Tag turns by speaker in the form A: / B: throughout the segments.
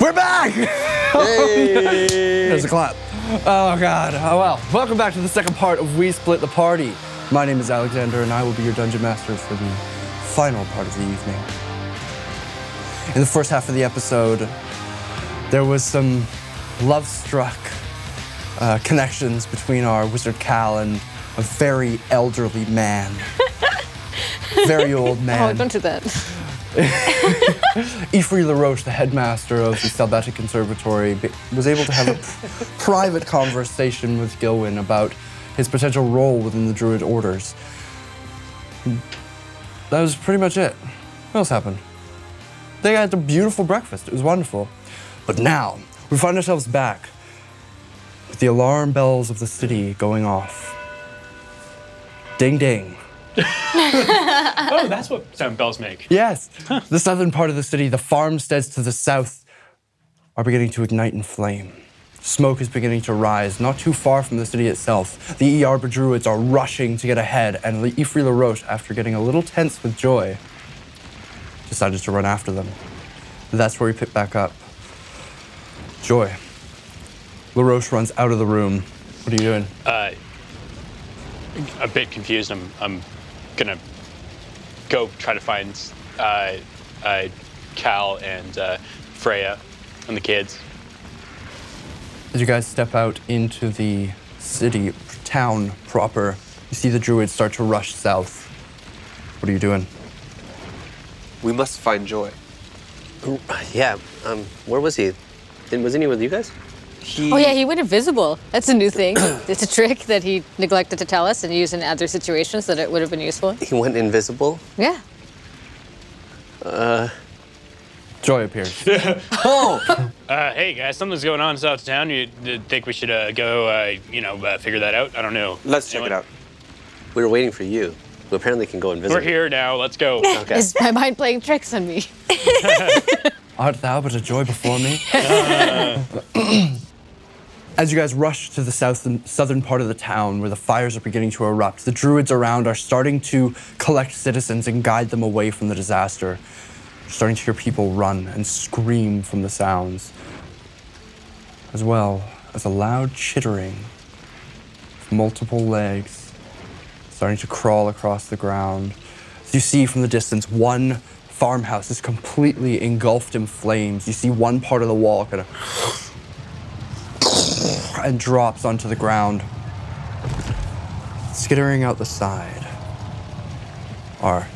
A: We're back!
B: Hey.
A: There's a clap. Oh, God. Oh, well. Welcome back to the second part of We Split the Party. My name is Alexander, and I will be your dungeon master for the final part of the evening. In the first half of the episode, there was some love struck uh, connections between our wizard Cal and a very elderly man. very old
C: Oh,
A: man.
C: don't do that.
A: Ifri LaRoche, the headmaster of the Salvatic Conservatory, be- was able to have a p- private conversation with Gilwin about his potential role within the Druid Orders. That was pretty much it. What else happened? They had a beautiful breakfast. It was wonderful. But now, we find ourselves back with the alarm bells of the city going off. Ding ding.
B: Oh, that's what sound bells make.
A: Yes, the southern part of the city, the farmsteads to the south, are beginning to ignite in flame. Smoke is beginning to rise, not too far from the city itself. The E. Arbor Druids are rushing to get ahead, and Le- Ifri LaRoche, after getting a little tense with joy, decided to run after them. That's where we pick back up. Joy. LaRoche runs out of the room. What are you doing?
B: A bit confused. I'm, I'm gonna go try to find uh, uh, Cal and uh, Freya and the kids.
A: As you guys step out into the city, town proper, you see the druids start to rush south. What are you doing?
D: We must find joy.
E: Yeah. Um, where was he? And wasn't he with you guys?
D: He,
C: Oh yeah, he went invisible. That's a new thing. it's a trick that he neglected to tell us and used in other situations that it would have been useful.
E: He went invisible.
C: Yeah.
A: Joy appears.
B: Uh, hey guys, something's going on south of town. You uh, think we should uh, go, uh, you know, uh, figure that out? I don't know.
D: Let's check it out.
E: We were waiting for you, who apparently can go invisible.
B: We're here now. Let's go.
E: Okay.
C: Is my mind playing tricks on me?
A: Art thou but a joy before me? As you guys rush to the south southern part of the town where the fires are beginning to erupt, the druids around are starting to collect citizens and guide them away from the disaster. You're starting to hear people run and scream from the sounds, as well as a loud chittering of multiple legs starting to crawl across the ground. You see from the distance one farmhouse is completely engulfed in flames. You see one part of the wall kind of and drops onto the ground. Skittering out the side are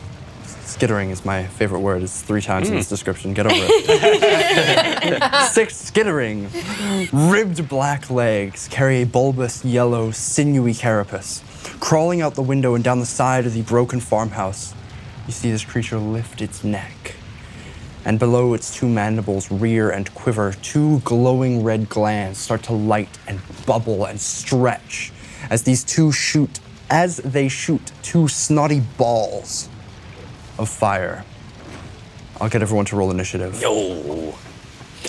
A: skittering is my favorite word. It's three times in this description. Get over it. Six skittering, ribbed black legs carry a bulbous, yellow, sinewy carapace. Crawling out the window and down the side of the broken farmhouse, you see this creature lift its neck. And below its two mandibles, rear and quiver, two glowing red glands start to light and bubble and stretch as these two shoot, as they shoot two snotty balls of fire. I'll get everyone to roll initiative.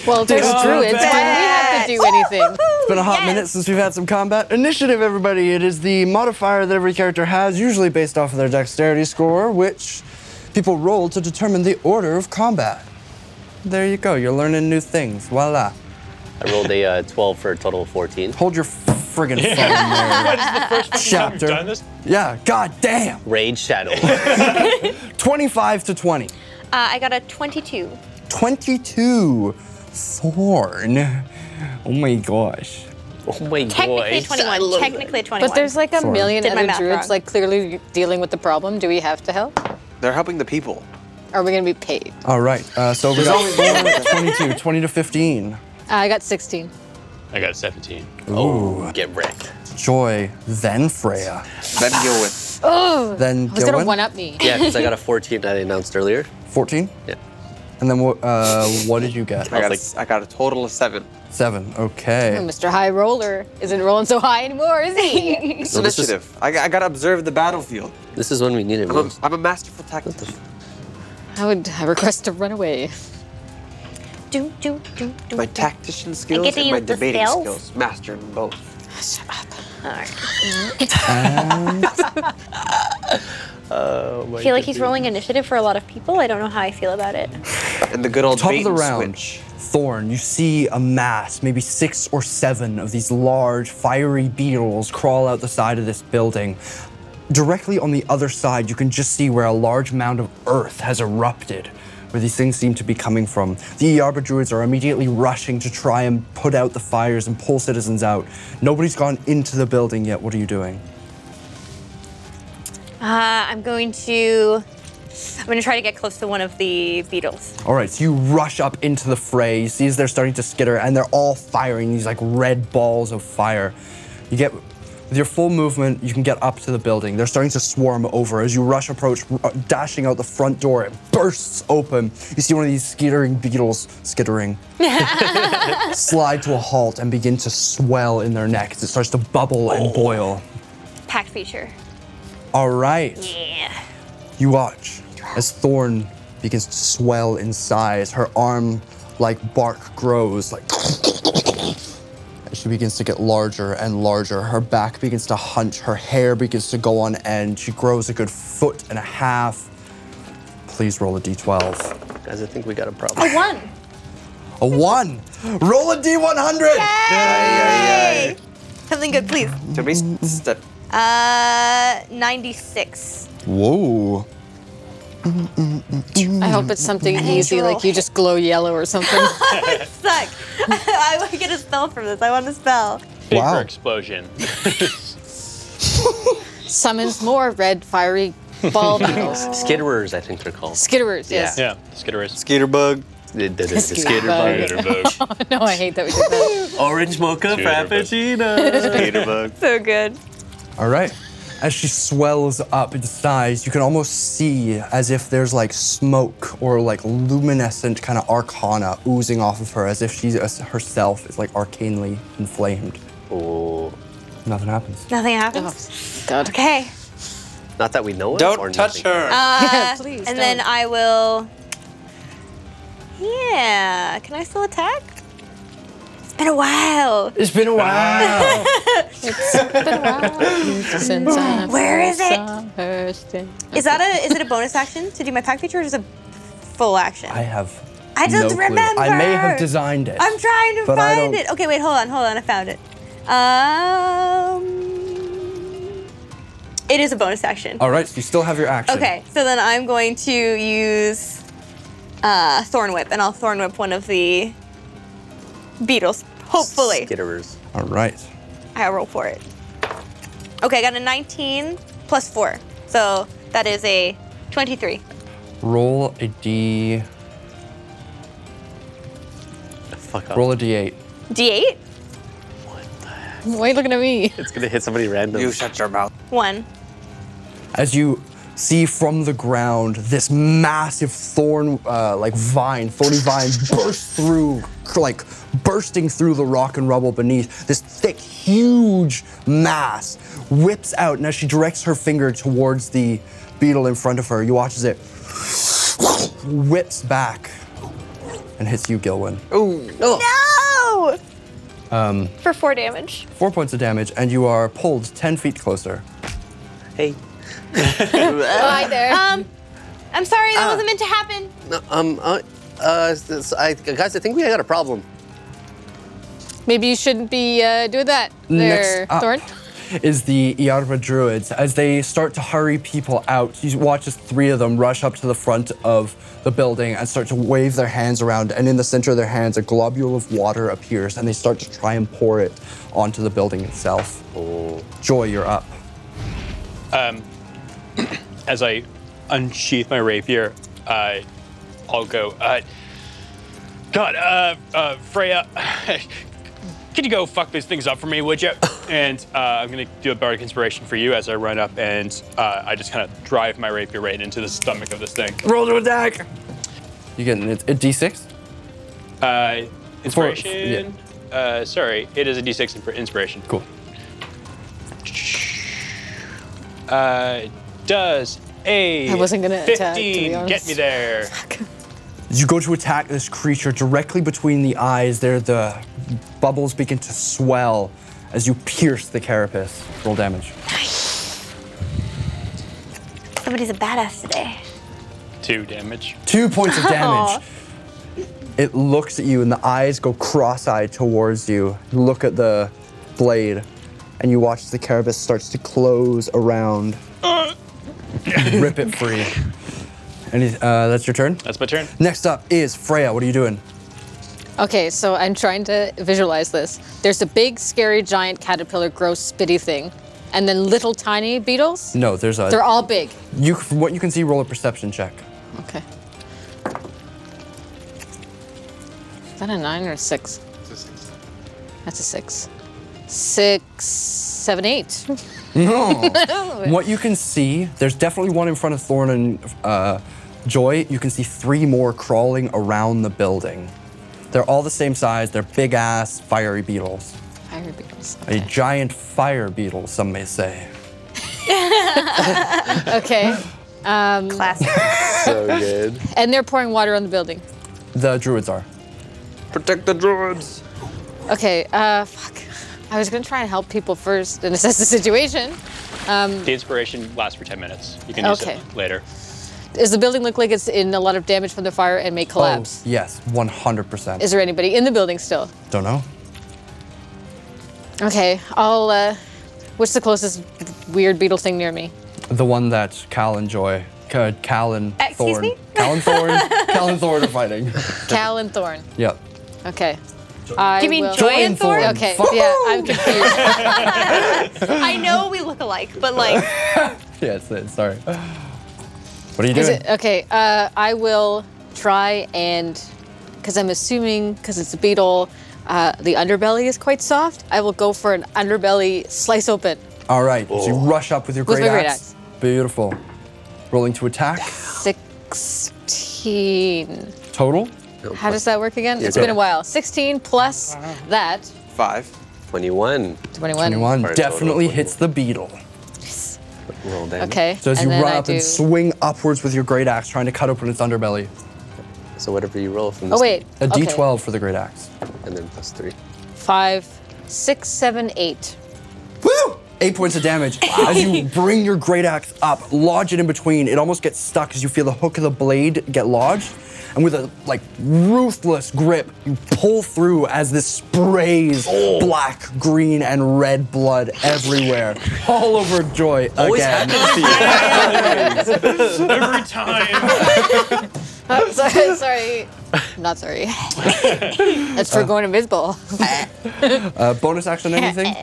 C: Well, there's
A: Don't do
C: druids. Why do we have to do anything?
A: It's been a hot minute since we've had some combat. Initiative, everybody. It is the modifier that every character has, usually based off of their dexterity score, which people roll to determine the order of combat. There you go. You're learning new things. Voila.
E: I rolled a uh, 12 for a total of 14.
A: Hold your friggin' phone there.
B: What is the first fucking time we've
A: Chapter.
B: done this?
A: Yeah, god damn.
E: Rage Shadow.
A: 25 to 20.
F: Uh, I got a 22.
A: 22. Thorn. Oh my gosh.
E: oh my
F: Technically
E: gosh.
F: 21. Technically 21.
C: But there's like a
A: Sorry.
C: million
F: Did my
C: other
F: math
C: druids
F: wrong.
C: like clearly dealing with the problem. Do we have to help?
D: They're helping the people.
C: Are we gonna be paid?
A: All right, uh, so we got Thorn, 22, 20 to 15.
C: I got 16.
B: I got 17.
E: Get wrecked.
A: Joy, then Freya,
D: Then Gilwin.
A: then
C: I was gonna
A: Gilwin.
C: one up me.
E: Yeah, because I got a 14 I announced earlier.
A: 14?
E: Yeah.
A: And then what, uh, what did you get?
D: I got, a
E: like-
D: s- I got a total of seven.
A: Seven, okay.
C: Mr. Oh, High Roller isn't rolling so high anymore, is he?
E: No, this, is,
D: Initiative. I, got- I gotta observe the battlefield.
E: this is when we needed
D: I'm a,
E: moves.
D: I'm a masterful tactician.
C: I would I request to run away.
F: do, do, do, do,
D: My
F: do.
D: tactician
F: I
D: skills
F: get to
D: and my
F: use the
D: debating
F: spells?
D: skills. Master in both.
F: All right.
A: And
F: I feel like he's rolling initiative for a lot of people. I don't know how I feel about it.
D: And the good old
A: Top
D: bait
A: of the
D: and
A: round,
D: switch.
A: Thorn, you see a mass, maybe six or seven of these large, fiery beetles crawl out the side of this building. Directly on the other side, you can just see where a large mound of earth has erupted, where these things seem to be coming from. The Iarba druids are immediately rushing to try and put out the fires and pull citizens out. Nobody's gone into the building yet. What are you doing?
F: Uh, I'm going to. I'm going to try to get close to one of the beetles.
A: All right, so you rush up into the fray. You see as they're starting to skitter, and they're all firing these like red balls of fire. You get with your full movement, you can get up to the building. They're starting to swarm over as you rush approach, r- uh, dashing out the front door. It bursts open. You see one of these skittering beetles skittering, slide to a halt and begin to swell in their necks. It starts to bubble and boil.
F: Pack feature.
A: All right.
F: Yeah.
A: You watch as Thorn begins to swell in size. Her arm, like bark, grows like. As she begins to get larger and larger, her back begins to hunch. Her hair begins to go on end. She grows a good foot and a half. Please roll a d12.
E: Guys, I think we got a problem.
F: One.
A: A one. Roll a d100.
F: Yay! Something good, please.
D: Did we step?
F: Uh, 96.
A: Whoa.
C: I hope it's something
F: I
C: easy,
F: roll
C: like you just glow yellow or something.
F: Suck. I want to get a spell from this. I want a spell.
B: Paper
A: Wow.
B: explosion.
C: Summons more red fiery ball beetles.
E: Skitterers, I think they're called.
C: Skitterers, yes.
B: yeah, skitterers.
D: Gator bug.
E: The, the, the, the
C: Skater
E: skater
C: bug.
E: bug.
C: No, I hate that we did that.
E: Orange mocha
B: Skater bug.
E: frappuccino. skater bug.
F: So good.
A: All right. As she swells up in size, you can almost see as if there's like smoke or like luminescent kind of arcana oozing off of her, as if she as herself is like arcanely inflamed.
E: Oh,
A: Nothing happens.
F: Nothing
C: Oh,
F: happens.
C: God.
F: Okay.
E: not that we know of. or
D: Don't touch
E: nothing.
D: her.
F: Uh,
C: Yeah, please
F: And then
C: don't.
F: I will. Yeah. Can I still attack? It's been a while.
A: It's been a while.
C: Since I
F: Where is it?
C: saw her stand-
F: Is that a? Is it a bonus action to do my pack feature, or is it a full action?
A: I have.
F: I don't
A: no clue.
F: remember.
A: I may have designed it.
F: I'm trying to
A: but I
F: find
A: don't-
F: it. Okay, wait, hold on, hold on. I found it. Um, it is a bonus action.
A: All right, so you still have your action.
F: Okay, so then I'm going to use uh, Thorn Whip, and I'll Thorn Whip one of the beetles. Hopefully,
E: Skitterers.
A: All right.
F: I roll for it. Okay, I got a 19 plus four, so that is a 23.
A: Roll a d.
E: Fuck off.
A: Roll a d8.
F: D8,
C: Why are you looking at me?
E: It's gonna hit somebody
F: Um,
E: random.
D: You shut your mouth.
F: one.
A: as you see from the ground this massive thorn uh, like vine thorny vine burst through like bursting through the rock and rubble beneath this thick huge mass whips out and as she directs her finger towards the beetle in front of her you watch as it whips back and hits you gilwin
F: No. Um. For four damage.
A: four points of damage and you are pulled 10 feet closer
E: Hey.
C: Oh, Hi there.
F: Um, I'm sorry, that wasn't meant to happen.
E: No, um. Uh, uh, s- I, guys, I think we got a problem.
C: Maybe you shouldn't be uh, doing that there,
A: Next up
C: Thorn.
A: is the Iarba Druids. As they start to hurry people out, you watch as three of them rush up to the front of the building and start to wave their hands around. And in the center of their hands, a globule of water appears, and they start to try and pour it onto the building itself. Joy, you're up.
B: As I unsheath my rapier, uh, I'll go. Uh, God, uh, uh, Freya, could you go fuck these things up for me, would you? and uh, I'm gonna do a bardic inspiration for you as I run up and uh, I just kind of drive my rapier right into the stomach of this thing.
A: Roll to attack. You get an, a d6?
B: Uh,
A: For-
B: inspiration. Uh, sorry, it is a d6 in- inspiration.
A: Cool.
B: Uh, does a
C: I wasn't gonna attack, to be
B: 15 get
C: honest.
B: me there?
A: As you go to attack this creature directly between the eyes, there the bubbles begin to swell as you pierce the carapace. Roll damage.
F: Somebody's a badass today.
B: Two damage.
A: Two points of damage. It looks at you, and the eyes go cross-eyed towards you. You look at the blade, and you watch the carapace starts to close around. Rip it free. And uh, that's your turn.
B: That's my turn.
A: Next up is Freya. What are you doing?
C: Okay, so I'm trying to visualize this. There's a big, scary, giant caterpillar, gross, spitty thing, and then little, tiny beetles.
A: No, there's a.
C: They're all big.
A: you. From what you can see, roll a perception check.
C: Okay. Is that a nine or a six? That's a six. Six, seven, eight.
A: What you can see, there's definitely one in front of Thorn and uh, Joy. You can see three more crawling around the building. They're all the same size. They're big ass fiery beetles.
C: Fiery beetles.
A: A
C: Okay.
A: giant fire beetle, some may say.
C: okay.
F: Classic.
E: So good.
C: And they're pouring water on the building.
A: The druids are.
D: Protect the druids.
C: Okay, uh, fuck. I was gonna try and help people first and assess the situation.
B: The inspiration lasts for 10 minutes. You can use
C: Okay.
B: it later.
C: Does the building look like it's in a lot of damage from the fire and may collapse?
A: Oh, yes, 100%.
C: Is there anybody in the building still?
A: Don't know.
C: Okay, I'll. Uh, what's the closest weird beetle thing near me?
A: The one that Cal and Joy, Ca- Cal and
F: Excuse
A: Thorn.
F: me?
A: Cal and Thorn. Cal and Thorn are fighting.
C: Cal and Thorn.
A: Yep.
C: Okay. I
F: You mean
C: will-
F: Joy and Thorn?
C: Okay, yeah, I'm confused.
F: I know we look alike, but like,
A: Yes, it. Sorry. What are you
C: Is
A: doing?
C: it, okay, uh, I will try and. Because I'm assuming, because it's a beetle, uh, the underbelly is quite soft. I will go for an underbelly slice open.
A: All right. So you rush up with your
C: With
A: great,
C: my great
A: axe.
C: axe.
A: Beautiful. Rolling to attack.
C: 16.
A: Total.
E: Oh,
C: How does that work again? It's
E: go.
C: been a while. 16 plus that,
D: Five.
E: 21.
A: 21
C: 21.
E: For a total of
A: definitely
E: 21.
A: hits the beetle.
E: Roll damage.
C: Okay.
A: So as
C: and
A: you
C: then
A: run
C: I
A: up and
C: do-
A: swing upwards with your great axe, trying to cut open its underbelly.
E: So whatever you roll from this.
C: Oh, wait.
A: A
C: okay.
A: 12 for the great axe.
E: And then plus three.
C: Five, six, seven, eight.
A: Woo! Eight points of damage. As you bring your great axe up, lodge it in between, it almost gets stuck as you feel the hook of the blade get lodged. And with a like ruthless grip, you pull through as this sprays black, green, and red blood everywhere, all over Joy again.
B: Every time.
C: I'm sorry. sorry. I'm not sorry. That's for going invisible.
A: Uh, bonus action, anything?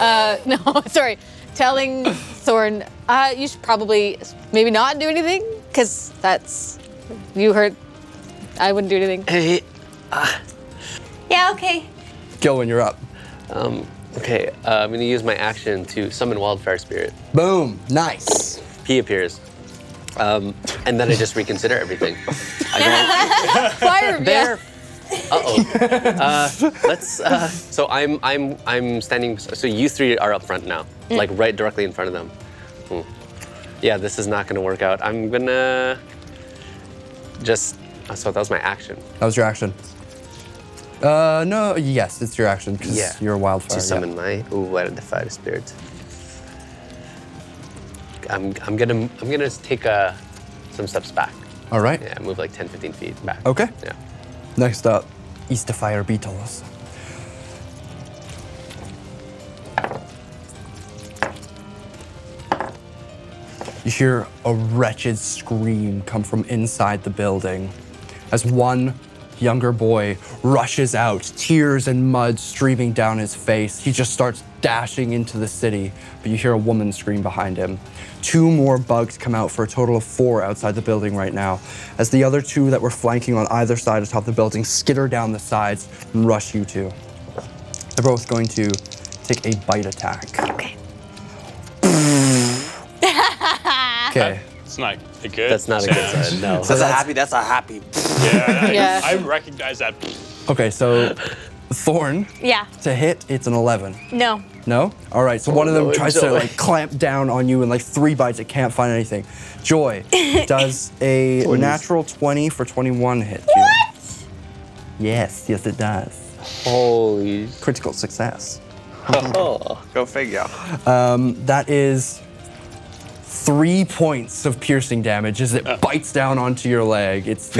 C: Uh, No, sorry. Telling Thorn, uh, you should probably maybe not do anything because that's. You hurt. I wouldn't do anything.
E: Hey.
F: yeah, okay.
A: Gilwin, you're up.
E: Um, okay, uh, I'm going to use my action to summon Wildfire Spirit.
A: Boom. Nice.
E: He appears. Um, and then I just reconsider everything.
C: Fire me.
E: There. Uh-oh. Uh, let's, uh, so I'm, I'm, I'm standing, so you three are up front now, like right directly in front of them. Hmm. Yeah, this is not gonna work out. I'm gonna just, oh, so that was my action.
A: That was your action. Uh, no, yes, it's your action because
E: Yeah.
A: you're a wildfire. yeah.
E: to summon my ooh, what the fire spirit. I'm, I'm gonna I'm gonna take uh, some steps back.
A: All right.
E: Yeah, move like 10, 15 feet back.
A: Okay.
E: Yeah.
A: Next up, Easter Fire Beetles. You hear a wretched scream come from inside the building as one younger boy rushes out, tears and mud streaming down his face. He just starts dashing into the city, but you hear a woman scream behind him. Two more bugs come out for a total of four outside the building right now, as the other two that were flanking on either side atop the building skitter down the sides and rush you two. They're both going to take a bite attack.
F: Okay.
A: Okay.
B: It's not a good
E: That's not a good
B: sound.
E: sign. No.
D: That's, a happy. That's a happy.
B: Yeah, I-
C: Yeah.
B: I recognize that.
A: Okay, so Thorn,
F: Yeah.
A: to hit, it's an 11.
F: No.
A: No? All right, so one of them
E: no,
A: tries to
E: Joy.
A: like clamp down on you in like three bites. It can't find anything. Joy does a natural 20 for 21 hit. What? Yes, yes, it does.
E: Holy. sh-
A: Critical success.
E: Oh.
D: Go figure.
A: That is three points of piercing damage as it bites down onto your leg. It's.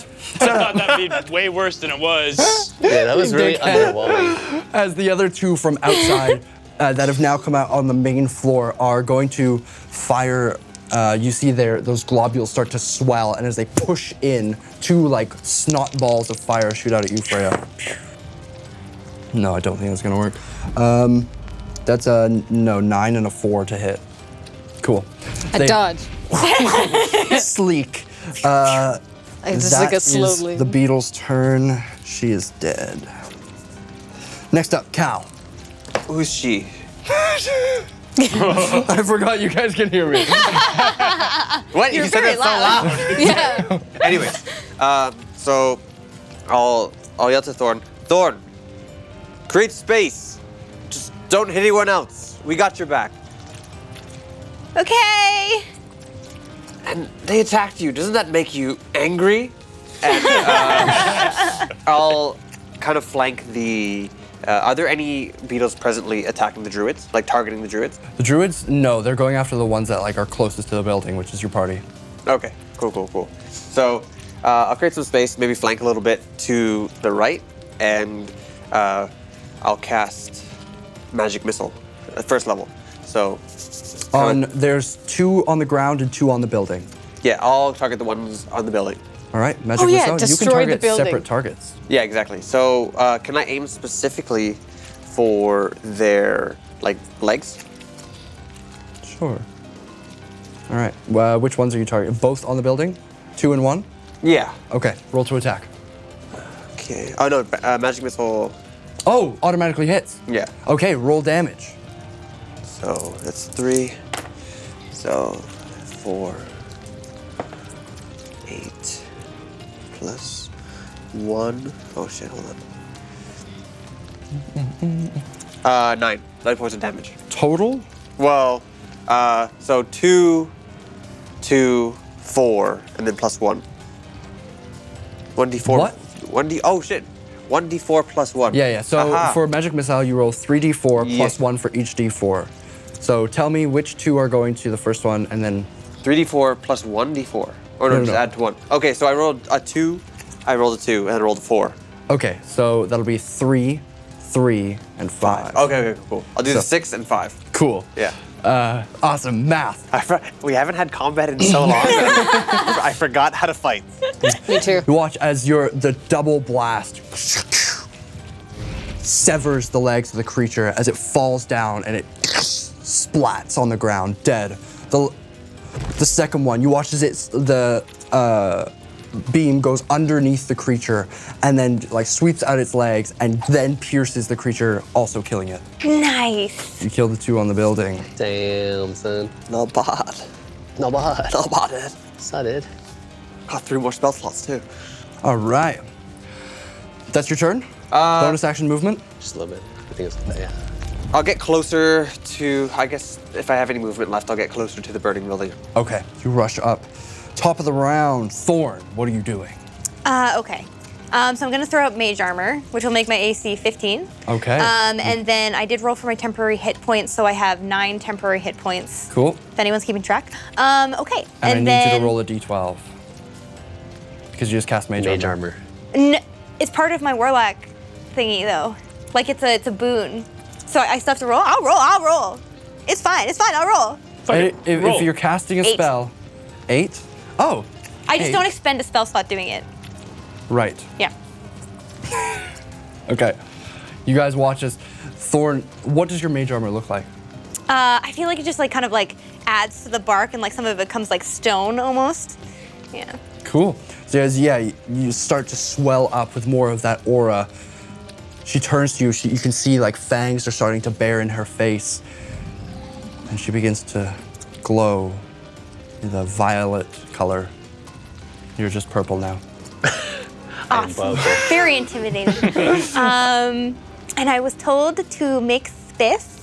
B: I thought that'd be way worse than it was.
E: Yeah, that was really
A: Dickhead.
E: underwhelming.
A: as the other two from outside uh, that have now come out on the main floor are going to fire. Uh, you see there those globules start to swell, and as they push in, two like snot balls of fire shoot out at you, Freya. No, I don't think that's gonna work. Um, that's a n- no nine and a four to hit. Cool.
C: I
A: They-
C: dodge.
A: Sleek. Uh,
C: I just
A: that
C: like a
A: is
C: slowly.
A: the beetle's turn. She is dead. Next up, Cal.
D: Who's she?
A: I forgot you guys can hear me.
D: What?
F: You're very loud.
C: yeah.
D: Anyways, uh, so I'll I'll yell to Thorn. Thorn, create space. Just don't hit anyone else. We got your back.
F: Okay.
D: And they attacked you. Doesn't that make you angry? And um, I'll kind of flank the. Uh, are there any beetles presently attacking the druids? Like targeting the druids?
A: The druids, no, they're going after the ones that like are closest to the building, which is your party.
D: Okay, cool, cool, cool. So uh, I'll create some space, maybe flank a little bit to the right, and uh, I'll cast magic missile, uh, first level. So
A: On
D: kinda-
A: there's two on the ground and two on the building.
D: yeah, I'll target the ones on the building.
A: All right, magic
C: Oh, yeah,
A: missile. You can
C: destroy the
A: target
C: building.
A: separate targets.
D: Yeah, exactly. So uh, can I aim specifically for their like legs?
A: Sure. All right. Well, which ones are you targeting? Both on the building, two and one.
D: Yeah.
A: Okay. Roll to attack.
D: Okay. Oh no, ba- uh, magic missile.
A: Oh, automatically hits.
D: Yeah.
A: Okay. Roll damage.
D: So that's three. So four. Eight. Plus one. Oh shit, hold on. uh, nine. Nine points of damage.
A: Total.
D: Well, uh, so two, two, four, and then plus one. 1d4.
A: What?
D: 1d. Oh shit. 1d4 plus one.
A: Yeah, yeah. So
D: Aha.
A: for magic missile, you roll three d4
D: Yeah.
A: plus one for each d4. So tell me which two are going to the first one, and then
D: 3d4 plus 1d4. Or Oh, no,
A: No, no,
D: just
A: no.
D: add to 1. Okay, so I rolled a 2, I rolled a 2, and I rolled a 4.
A: Okay, so that'll be three, three, and five.
D: Okay, okay, cool. I'll do the
A: So-
D: 6 and 5.
A: Cool.
D: Oh, Yeah.
A: Uh, awesome math.
D: I for- we haven't had combat in so long. I forgot how to fight.
C: Me too.
A: You watch as your the double blast severs the legs of the creature as it falls down and it splats on the ground, dead. The the second one, you watch as it's the uh, beam goes underneath the creature and then like sweeps out its legs and then pierces the creature, also killing it.
F: Nice.
A: You kill the two on the building.
E: Damn, son.
D: Not bad.
E: No bad.
D: Not bad. eh?
E: Saw it.
D: Got three more spell slots, too.
A: All right. That's your turn? Uh, Bonus action movement?
E: Just a little bit. I think it's yeah.
D: I'll get closer to, I guess, if I have any movement left, I'll get closer to the burning building.
A: Okay, you rush up. Top of the round, Thorn, what are you doing?
F: Uh, okay. Um, so I'm gonna throw up mage armor, which will make my AC 15.
A: Okay.
F: Um, and then I did roll for my temporary hit points, so I have nine temporary hit points.
A: Cool.
F: If anyone's keeping track. Um, okay.
A: And, I need
F: then
A: you to roll a d12. Because you just cast Mage,
E: Mage armor.
F: N- it's part of my warlock thingy though. Like it's a it's a boon. So I, I still have to roll. I'll roll. I'll roll. It's fine. It's fine. I'll roll.
B: Fuck it,
A: I- If, if
B: roll.
A: you're casting a
F: Eight.
A: spell, eight? Oh.
F: I just
A: eight.
F: don't expend a spell slot doing it.
A: Right.
F: Yeah.
A: Okay. You guys watch as Thorn, what does your Mage armor look like?
F: Uh, I feel like it just like kind of like adds to the bark and like some of it comes like stone almost. Yeah.
A: Cool. So as yeah, y- you start to swell up with more of that aura. She turns to you. She, you can see like fangs are starting to bear in her face, and she begins to glow in the violet color. You're just purple now.
F: Awesome. Very intimidating. um, and I was told to mix this.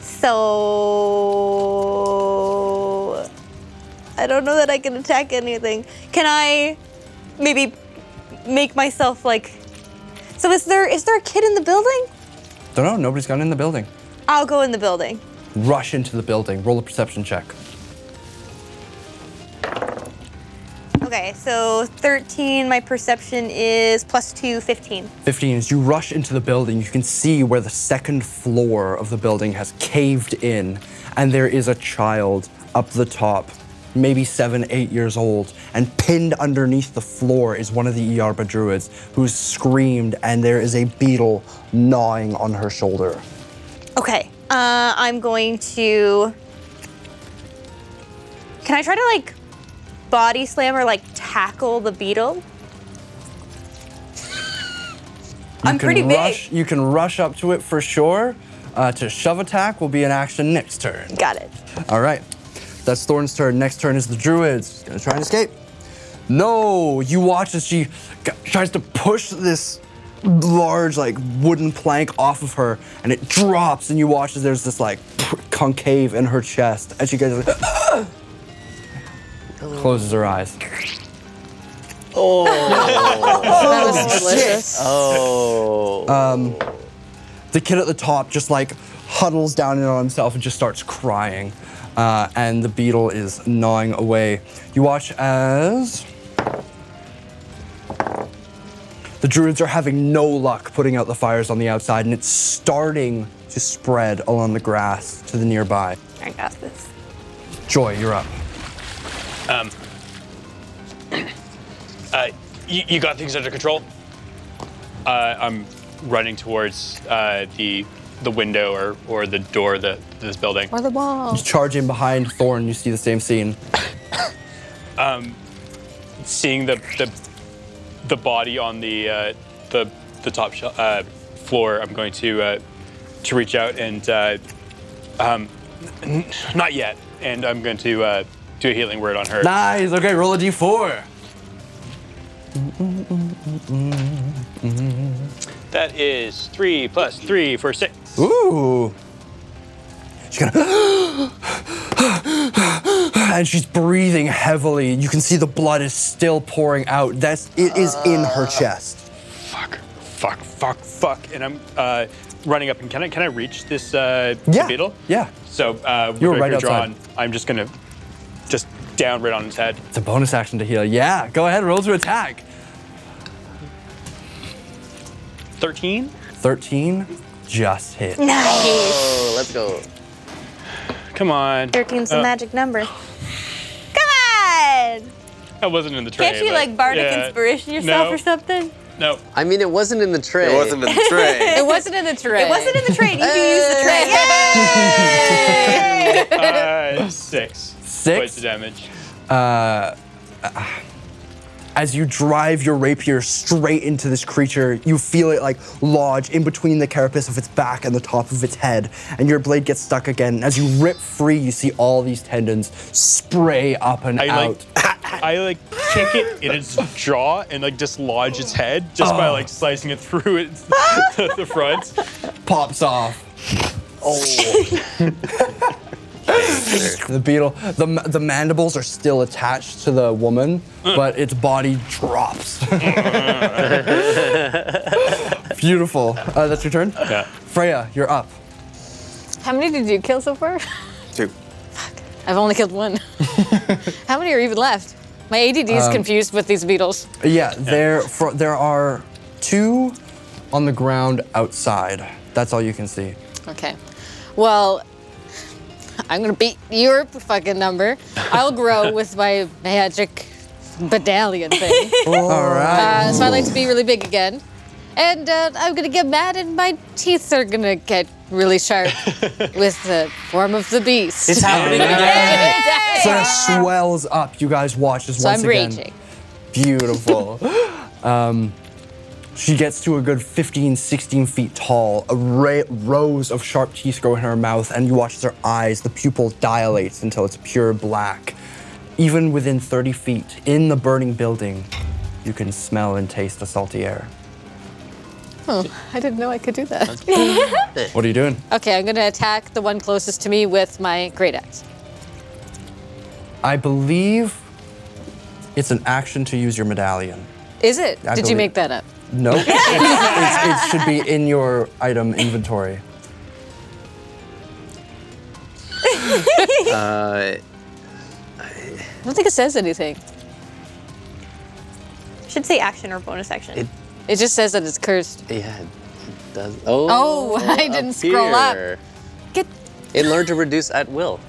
F: So I don't know that I can attack anything. Can I maybe make myself like So is there is there a kid in the building?
A: Don't know. Nobody's gone in the building.
F: I'll go in the building.
A: Rush into the building. Roll a perception check.
F: Okay, so 13, my perception is plus 2, 15.
A: 15 as you rush into the building, you can see where the second floor of the building has caved in, and there is a child up the top, maybe seven, eight years old, and pinned underneath the floor is one of the Iarba druids who's screamed, and there is a beetle gnawing on her shoulder.
F: Okay, uh, I'm going to. Can I try to like body slam or like tackle the beetle? I'm
A: You can
F: pretty
A: rush, You can rush up to it for sure. Uh, to shove attack will be an action next turn.
F: big. Got it.
A: All right. That's Thorn's turn. Next turn is the druid's. Gonna try and escape. No! You watch as she g- tries to push this large, like, wooden plank off of her, and it drops, and you watch as there's this, like, concave in her chest, and she goes, like, closes her eyes.
C: that was delicious.
A: the kid at the top just like huddles down in on himself and just starts crying. Uh, and the beetle is gnawing away. You watch as. The druids are having no luck putting out the fires on the outside, and it's starting to spread along the grass to the nearby.
F: I got this.
A: Joy, you're up.
B: Uh, you, you got things under control. Uh, I'm running towards uh, the the window or, or the door of the, this building.
C: Or the wall.
A: You charge in behind Thorn, you see the same scene.
B: Seeing the the, the body on the uh, the the top shel uh, floor, I'm going to uh, to reach out and uh, um, n- n- not yet. And I'm going to uh, do a healing word on her.
A: Nice, okay, roll a d4.
B: That is three plus three for six.
A: Ooh. She's gonna. and she's breathing heavily. You can see the blood is still pouring out. That's it is in her
B: Ah.
A: chest.
B: Fuck, fuck, fuck, fuck. And I'm uh, running up. And can I can I reach this uh,
A: Yeah.
B: beetle?
A: Yeah.
B: So uh, with
A: You were
B: Rapier
A: right outside.
B: drawn, I'm just gonna just down right on his head.
A: It's a bonus action to heal. Yeah, go ahead, roll to attack.
B: Thirteen.
A: 13 just hit.
F: Nice.
E: Oh, let's go.
B: Come on.
F: 13's the
B: Uh,
F: magic number. Come on!
B: That wasn't in the tray.
F: Can't you
B: but-
F: like bardic
B: yeah.
F: inspiration yourself
B: No,
F: or something?
B: No.
E: I mean, it wasn't in the tray.
D: It wasn't in the tray.
C: It wasn't in the tray.
F: It wasn't in the trade. You do use the trade. Yay!
B: Uh, six.
A: Six?
B: Points of damage.
A: As you drive your rapier straight into this creature, you feel it like lodge in between the carapace of its back and the top of its head, and your blade gets stuck again. As you rip free, you see all these tendons spray up and
B: I
A: out.
B: like I like kick it in its jaw and like dislodge its head just by like slicing it through its the front.
A: pops off. Oh. the beetle, the, ma- the mandibles are still attached to the woman, but its body drops. Beautiful. Uh, that's your turn?
B: Yeah.
A: Freya, you're up.
C: How many did you kill so far?
D: Two.
C: I've only killed one. How many are even left? My ADD is confused with these beetles.
A: Yeah, there, fro- there are two on the ground outside. That's all you can see.
C: Okay. Well, I'm gonna beat your fucking number. I'll grow with my magic medallion thing.
A: All right.
C: Uh, so I like to be really big again. And uh, I'm gonna get mad, and my teeth are gonna get really sharp with the form of the beast.
E: It's happening again.
A: So it swells up. You guys watch as
C: Uh, so
A: once
C: I'm
A: again.
C: raging.
A: beautiful. um, she gets to a good 15, 16 feet tall. A ra- rows of sharp teeth grow in her mouth, and you watch as her eyes, the pupil dilates until it's pure black. Even within 30 feet, in the burning building, you can smell and taste the salty air.
C: I didn't know I could do that.
A: What are you doing?
C: Okay, I'm gonna attack the one closest to me with my great axe.
A: I believe it's an action to use your medallion.
C: Is it?
A: I
C: Did you
A: believe-
C: make that up?
A: No, it's, it's, it should be in your item inventory.
E: Uh,
C: I don't think it says anything.
F: should say action or bonus action.
E: It-
C: It just says that it's cursed.
E: Yeah, it does. Oh,
C: Oh, I didn't scroll up.
E: appear.
C: Get
E: It learned to reduce at will.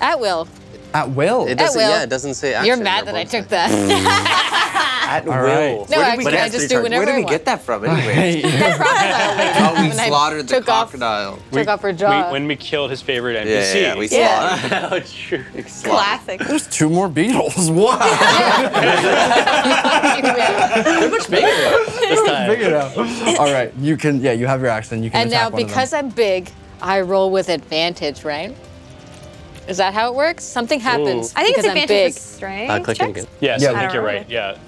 C: at will.
A: At will.
E: It doesn't.
C: will.
E: Yeah, it doesn't say. Action
C: You're
E: or
C: mad that I
E: bonus
C: took that.
E: At
A: All
E: will.
A: right.
C: no,
E: Where did we
C: actually,
E: get
C: I
E: three
C: just do
E: turns?
C: whenever
D: Where
C: I
D: did we
C: want.
D: get that from anyway?
C: Crocodile lady
D: oh, we
C: when I
D: slaughtered the
C: took off-
D: crocodile.
C: took off her jaw.
B: We, when we killed his favorite NPC.
D: Yeah, yeah, yeah, we
F: Yeah.
D: slaughtered.
E: Oh, true.
D: slaughtered.
F: Classic.
A: There's two more beetles. Wow.
C: Yeah.
E: Much bigger this time.
A: Figure it out. All right. You can. Yeah. You have your action. You can.
C: and now
A: attack
C: because I'm big, I roll with advantage, right? Is that how it works? Something happens.
F: I think it's
C: because I'm
F: advantage
C: big.
F: for strength.
E: Uh, click it
F: checks?
E: again.
B: Yes,
A: Yeah.
B: I think you're
F: Alright.
B: right. Yeah.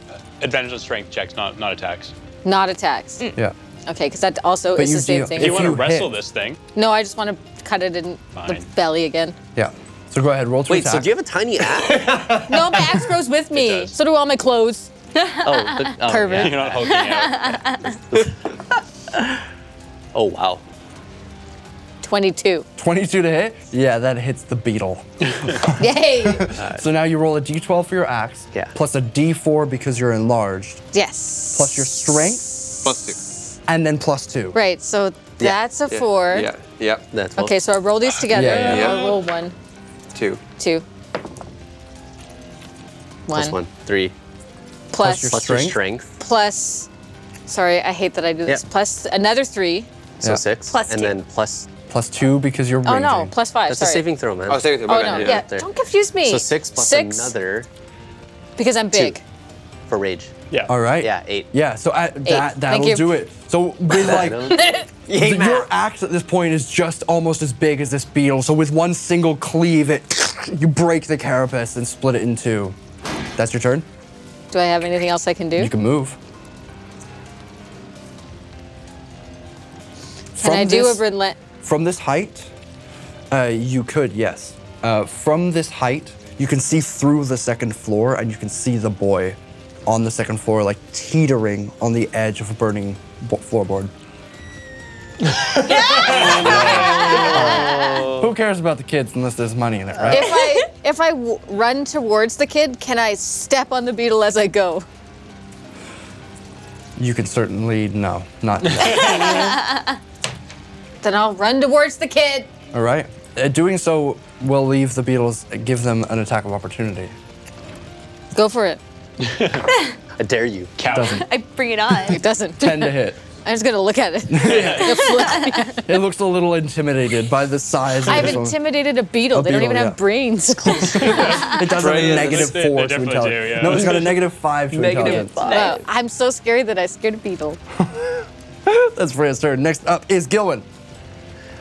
B: Advantage on strength checks, not not attacks.
C: Not attacks.
F: Mm.
A: I'm. Yeah.
C: Okay, because that also
A: But
C: is
A: you
C: the same
A: deal-
C: thing.
B: If
A: If
B: you want to
A: you
B: wrestle
A: hit-
B: this thing,
C: no, I just want to cut it in
B: Fine.
C: the belly again.
A: Yeah. So go ahead. Roll to
E: Wait,
A: attack.
E: so do you have a tiny app?
C: No, my axe grows with me.
B: does.
C: So do all my clothes.
E: oh, look, oh,
C: Pervert.
B: you're not hulking out.
E: yeah. Oh, wow.
C: 22.
A: 22 to hit. Yeah, that hits the beetle.
C: Yay!
A: So now you roll a d12 for your axe.
E: Yeah.
A: Plus a d4 because you're enlarged.
C: yes.
A: Plus your strength,
D: Plus
A: and then plus two.
C: Right, so that's a
D: two. Yeah,
C: four.
D: Yeah, yeah,
E: That's well-
C: Okay, so I roll these together.
A: Yeah,
D: yeah, yeah.
C: I roll one,
D: two.
C: two, one,
E: plus one, three,
C: plus-
A: Plus your
E: plus your
A: Strength?
E: strength,
C: plus- Sorry, I hate that I do this.
E: Yeah.
C: Plus another three.
E: so
A: Yeah.
E: six,
F: Plus
E: and
F: two.
E: then plus.
A: Plus two because you're
C: Oh
A: raging.
C: no, plus five.
E: That's
C: Uh, sorry.
E: a saving throw, man.
D: Oh, save it.
C: Oh
D: okay,
C: no, yeah.
E: yeah, there.
C: Don't confuse me.
E: So six plus
C: six,
E: another
C: Because I'm big.
E: for rage.
B: Yeah.
A: All right.
E: Yeah, eight.
A: Yeah, so at that
C: Thank
A: that'll
C: you.
A: do it. So with like the- your axe at this point is just almost as big as this beetle. So with one single cleave, it you break the carapace and split it in two. That's your turn.
C: Do I have anything else I can do?
A: You can move.
C: Can I do a relent?
A: from this height, uh, you could, yes. Uh, from this height, you can see through the second floor and you can see the boy on the second floor, like teetering on the edge of a burning bo- floorboard. Who cares about the kids unless there's money in it, right?
C: If I if I w- run towards the kid, can I step on the beetle as I go?
A: You can certainly, no, not.
C: Then I'll run towards the kid.
A: All right. Uh, doing so will leave the beetles, give them an attack of opportunity.
C: Go for it.
E: I dare you.
B: Coward.
F: I bring it on.
C: It doesn't.
A: 10 to hit.
C: I'm just gonna look at it.
A: It looks a little intimidated by the size of
C: I've
A: this one.
C: intimidated a beetle.
A: A
C: they don't
A: beetle,
C: even
A: yeah.
C: have brains.
A: It does have
D: Right,
A: a
D: yeah,
A: negative
B: they- they
A: four to
B: definitely
A: intelligence.
B: do, yeah.
A: No, it's got a negative five to intelligence.
C: Wow, I'm so scary that I scared a beetle.
A: That's Freya's turn. Next up is Gilwin.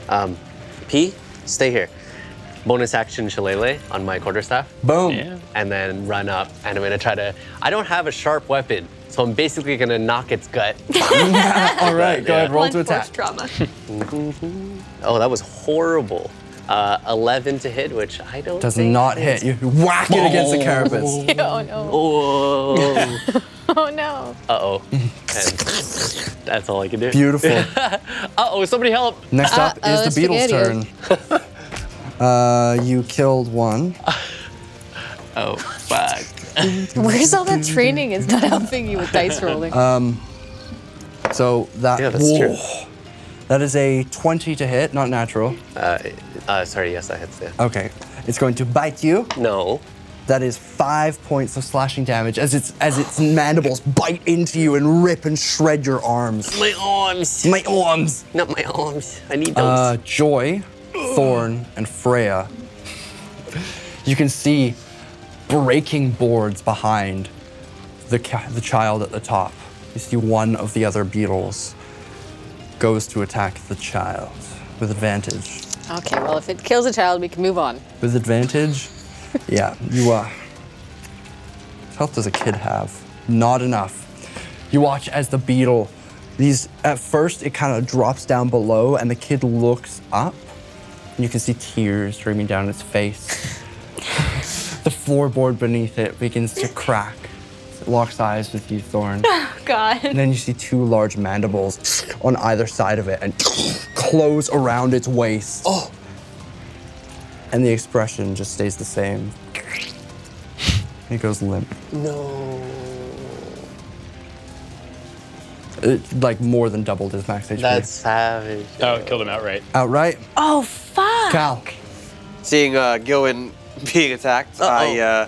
E: Um, P, stay here. Bonus action shillelagh on my quarterstaff,
A: Boom.
B: Yeah.
E: and then run up, and I'm gonna try to. I don't have a sharp weapon, so I'm basically gonna knock its gut.
A: All right, go ahead, roll to attack.
F: trauma.
E: oh, that was horrible. Uh, 11 to hit, which I don't.
A: Does
E: think
A: not hit.
E: hits.
A: You whack it against the carapace.
C: oh no.
E: Oh.
C: Oh no.
E: Uh oh. That's all I can do.
A: Beautiful.
E: Uh oh, somebody help!
A: Next up
C: Uh-oh,
A: is the Beatles'
C: spaghetti.
A: turn. Uh, you killed one.
E: Oh, fuck.
C: Where's all that training? It's not helping you with dice rolling.
A: Uh, So that,
E: Yeah, that's true.
A: Whoa. that is a 20 to hit, not natural.
E: Uh, uh, sorry, yes, that hits. Yeah.
A: Okay. It's going to bite you.
E: No.
A: That is five points of slashing damage as its as its mandibles bite into you and rip and shred your arms.
E: My arms!
A: My arms.
E: Not my arms. I need those.
A: Uh, Joy, Thorn, and Freya. You can see breaking boards behind the ca- the child at the top. You see one of the other beetles goes to attack the child with advantage.
C: okay, well if it kills a child, we can move on.
A: With advantage? yeah, you uh what health does a kid have? Not enough. You watch as the beetle these at first it kind of drops down below and the kid looks up and you can see tears streaming down its face. the floorboard beneath it begins to crack. It locks eyes with you, Thorn. And
F: God.
A: then you see two large mandibles on either side of it and close around its waist. Oh. And the expression just stays the same. It goes limp.
E: no.
A: It, like more than doubled his max HP.
E: That's savage.
B: Oh, it killed him outright.
A: outright.
F: Oh fuck!
A: Cal.
D: Seeing uh, Gilwin being attacked, I uh,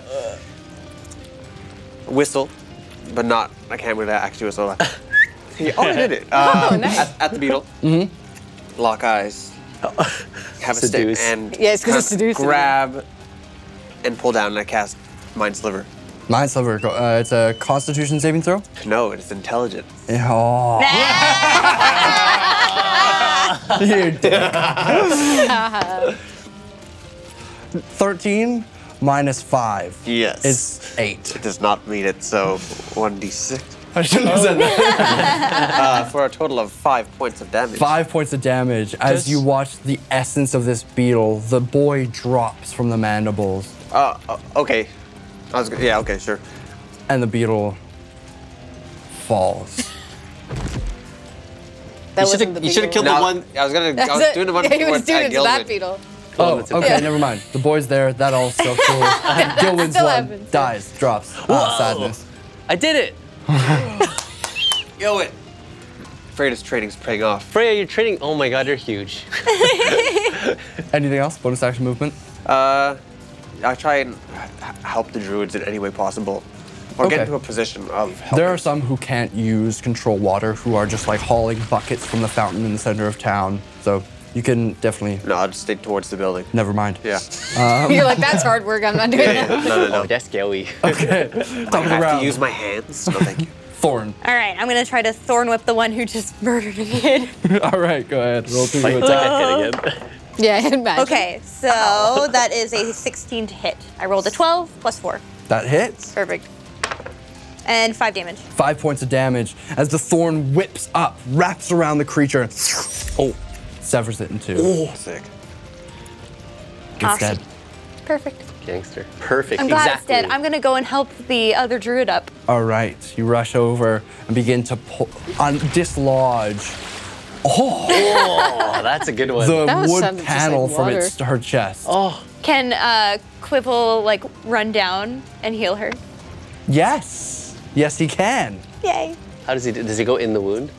D: whistle, but not. I can't really actually whistle. Like, oh, I did it. Uh, at, at the beetle. Mm-hmm. Lock eyes. Have a stick
E: Seduce.
D: and
C: Yeah, it's 'cause
D: kind
C: it's
D: of
C: seducing.
D: grab and pull down, and I cast Mind Sliver.
A: Mine silver. go- Uh, it's a Constitution saving throw.
D: No, it's intelligent.
A: Yeah, Oh. You dick. Thirteen minus five
D: Yes.
A: is eight.
D: It does not mean it, so 1d6.
A: I shouldn't have said that.
D: Uh, for a total of five points of damage.
A: Five points of damage as you watch the essence of this beetle. The boy drops from the mandibles,
D: Uh, uh, okay. I was, gonna- yeah, okay, sure.
A: and the beetle falls.
C: That
E: You
C: wasn't
E: should've-
C: the
E: you should've
C: beetle.
E: killed the one.
D: I was gonna. I was
C: That's it.
D: doing the one.
C: Yeah, he was
D: with-
C: doing
D: at
C: it to that
D: Gilwin.
C: beetle.
A: Oh,
E: that's
A: okay,
C: Yeah.
A: never mind. The boy's there. That all still cool. Gilwin's
C: Still
A: one
C: happens.
A: dies, drops. Ah, sadness.
E: I did it.
D: Yo, it. Afraid his training's paying off.
E: Freya, you're trading. Oh my god, you're huge.
A: Anything else? Bonus action movement.
D: Uh, I try and h- help the druids in any way possible, or get
A: Okay.
D: into a position of help.
A: There are some who can't use control water, who are just like hauling buckets from the fountain in the center of town. So you can definitely.
D: No, I'll just stay towards the building.
A: Never mind.
D: Yeah.
C: You're like, that's hard work. I'm not doing
D: yeah,
C: that.
D: no, no, no.
E: Oh, that's scary.
A: Okay. Top
D: I
A: of the
D: have to
A: round.
D: use my hands. No, thank you.
A: Thorn.
F: All right, I'm gonna try to thorn whip the one who just murdered a kid.
A: All right, go ahead. Roll two.
E: like, it's like I hit again.
C: Yeah, imagine.
F: Okay, so that is a 16 to hit. I rolled a 12 plus four.
A: That hits.
F: Perfect. And five damage.
A: Five points of damage as the thorn whips up, wraps around the creature, and
E: Oh,
A: severs it in two.
D: Sick.
A: It's
F: Awesome.
A: dead.
F: Perfect.
E: gangster. Perfect.
F: I'm glad
E: exactly.
F: it's dead. I'm gonna go and help the other druid up.
A: All right, you rush over and begin to pull, un- dislodge
E: oh, that's a good one.
A: the
C: That was
A: wood
C: sounded just like
A: panel from
C: water.
A: its, her chest.
E: oh,
F: Can uh, Quibble like run down and heal her?
A: Yes, yes, he can.
F: Yay!
E: how does he? do- Does he go in the wound?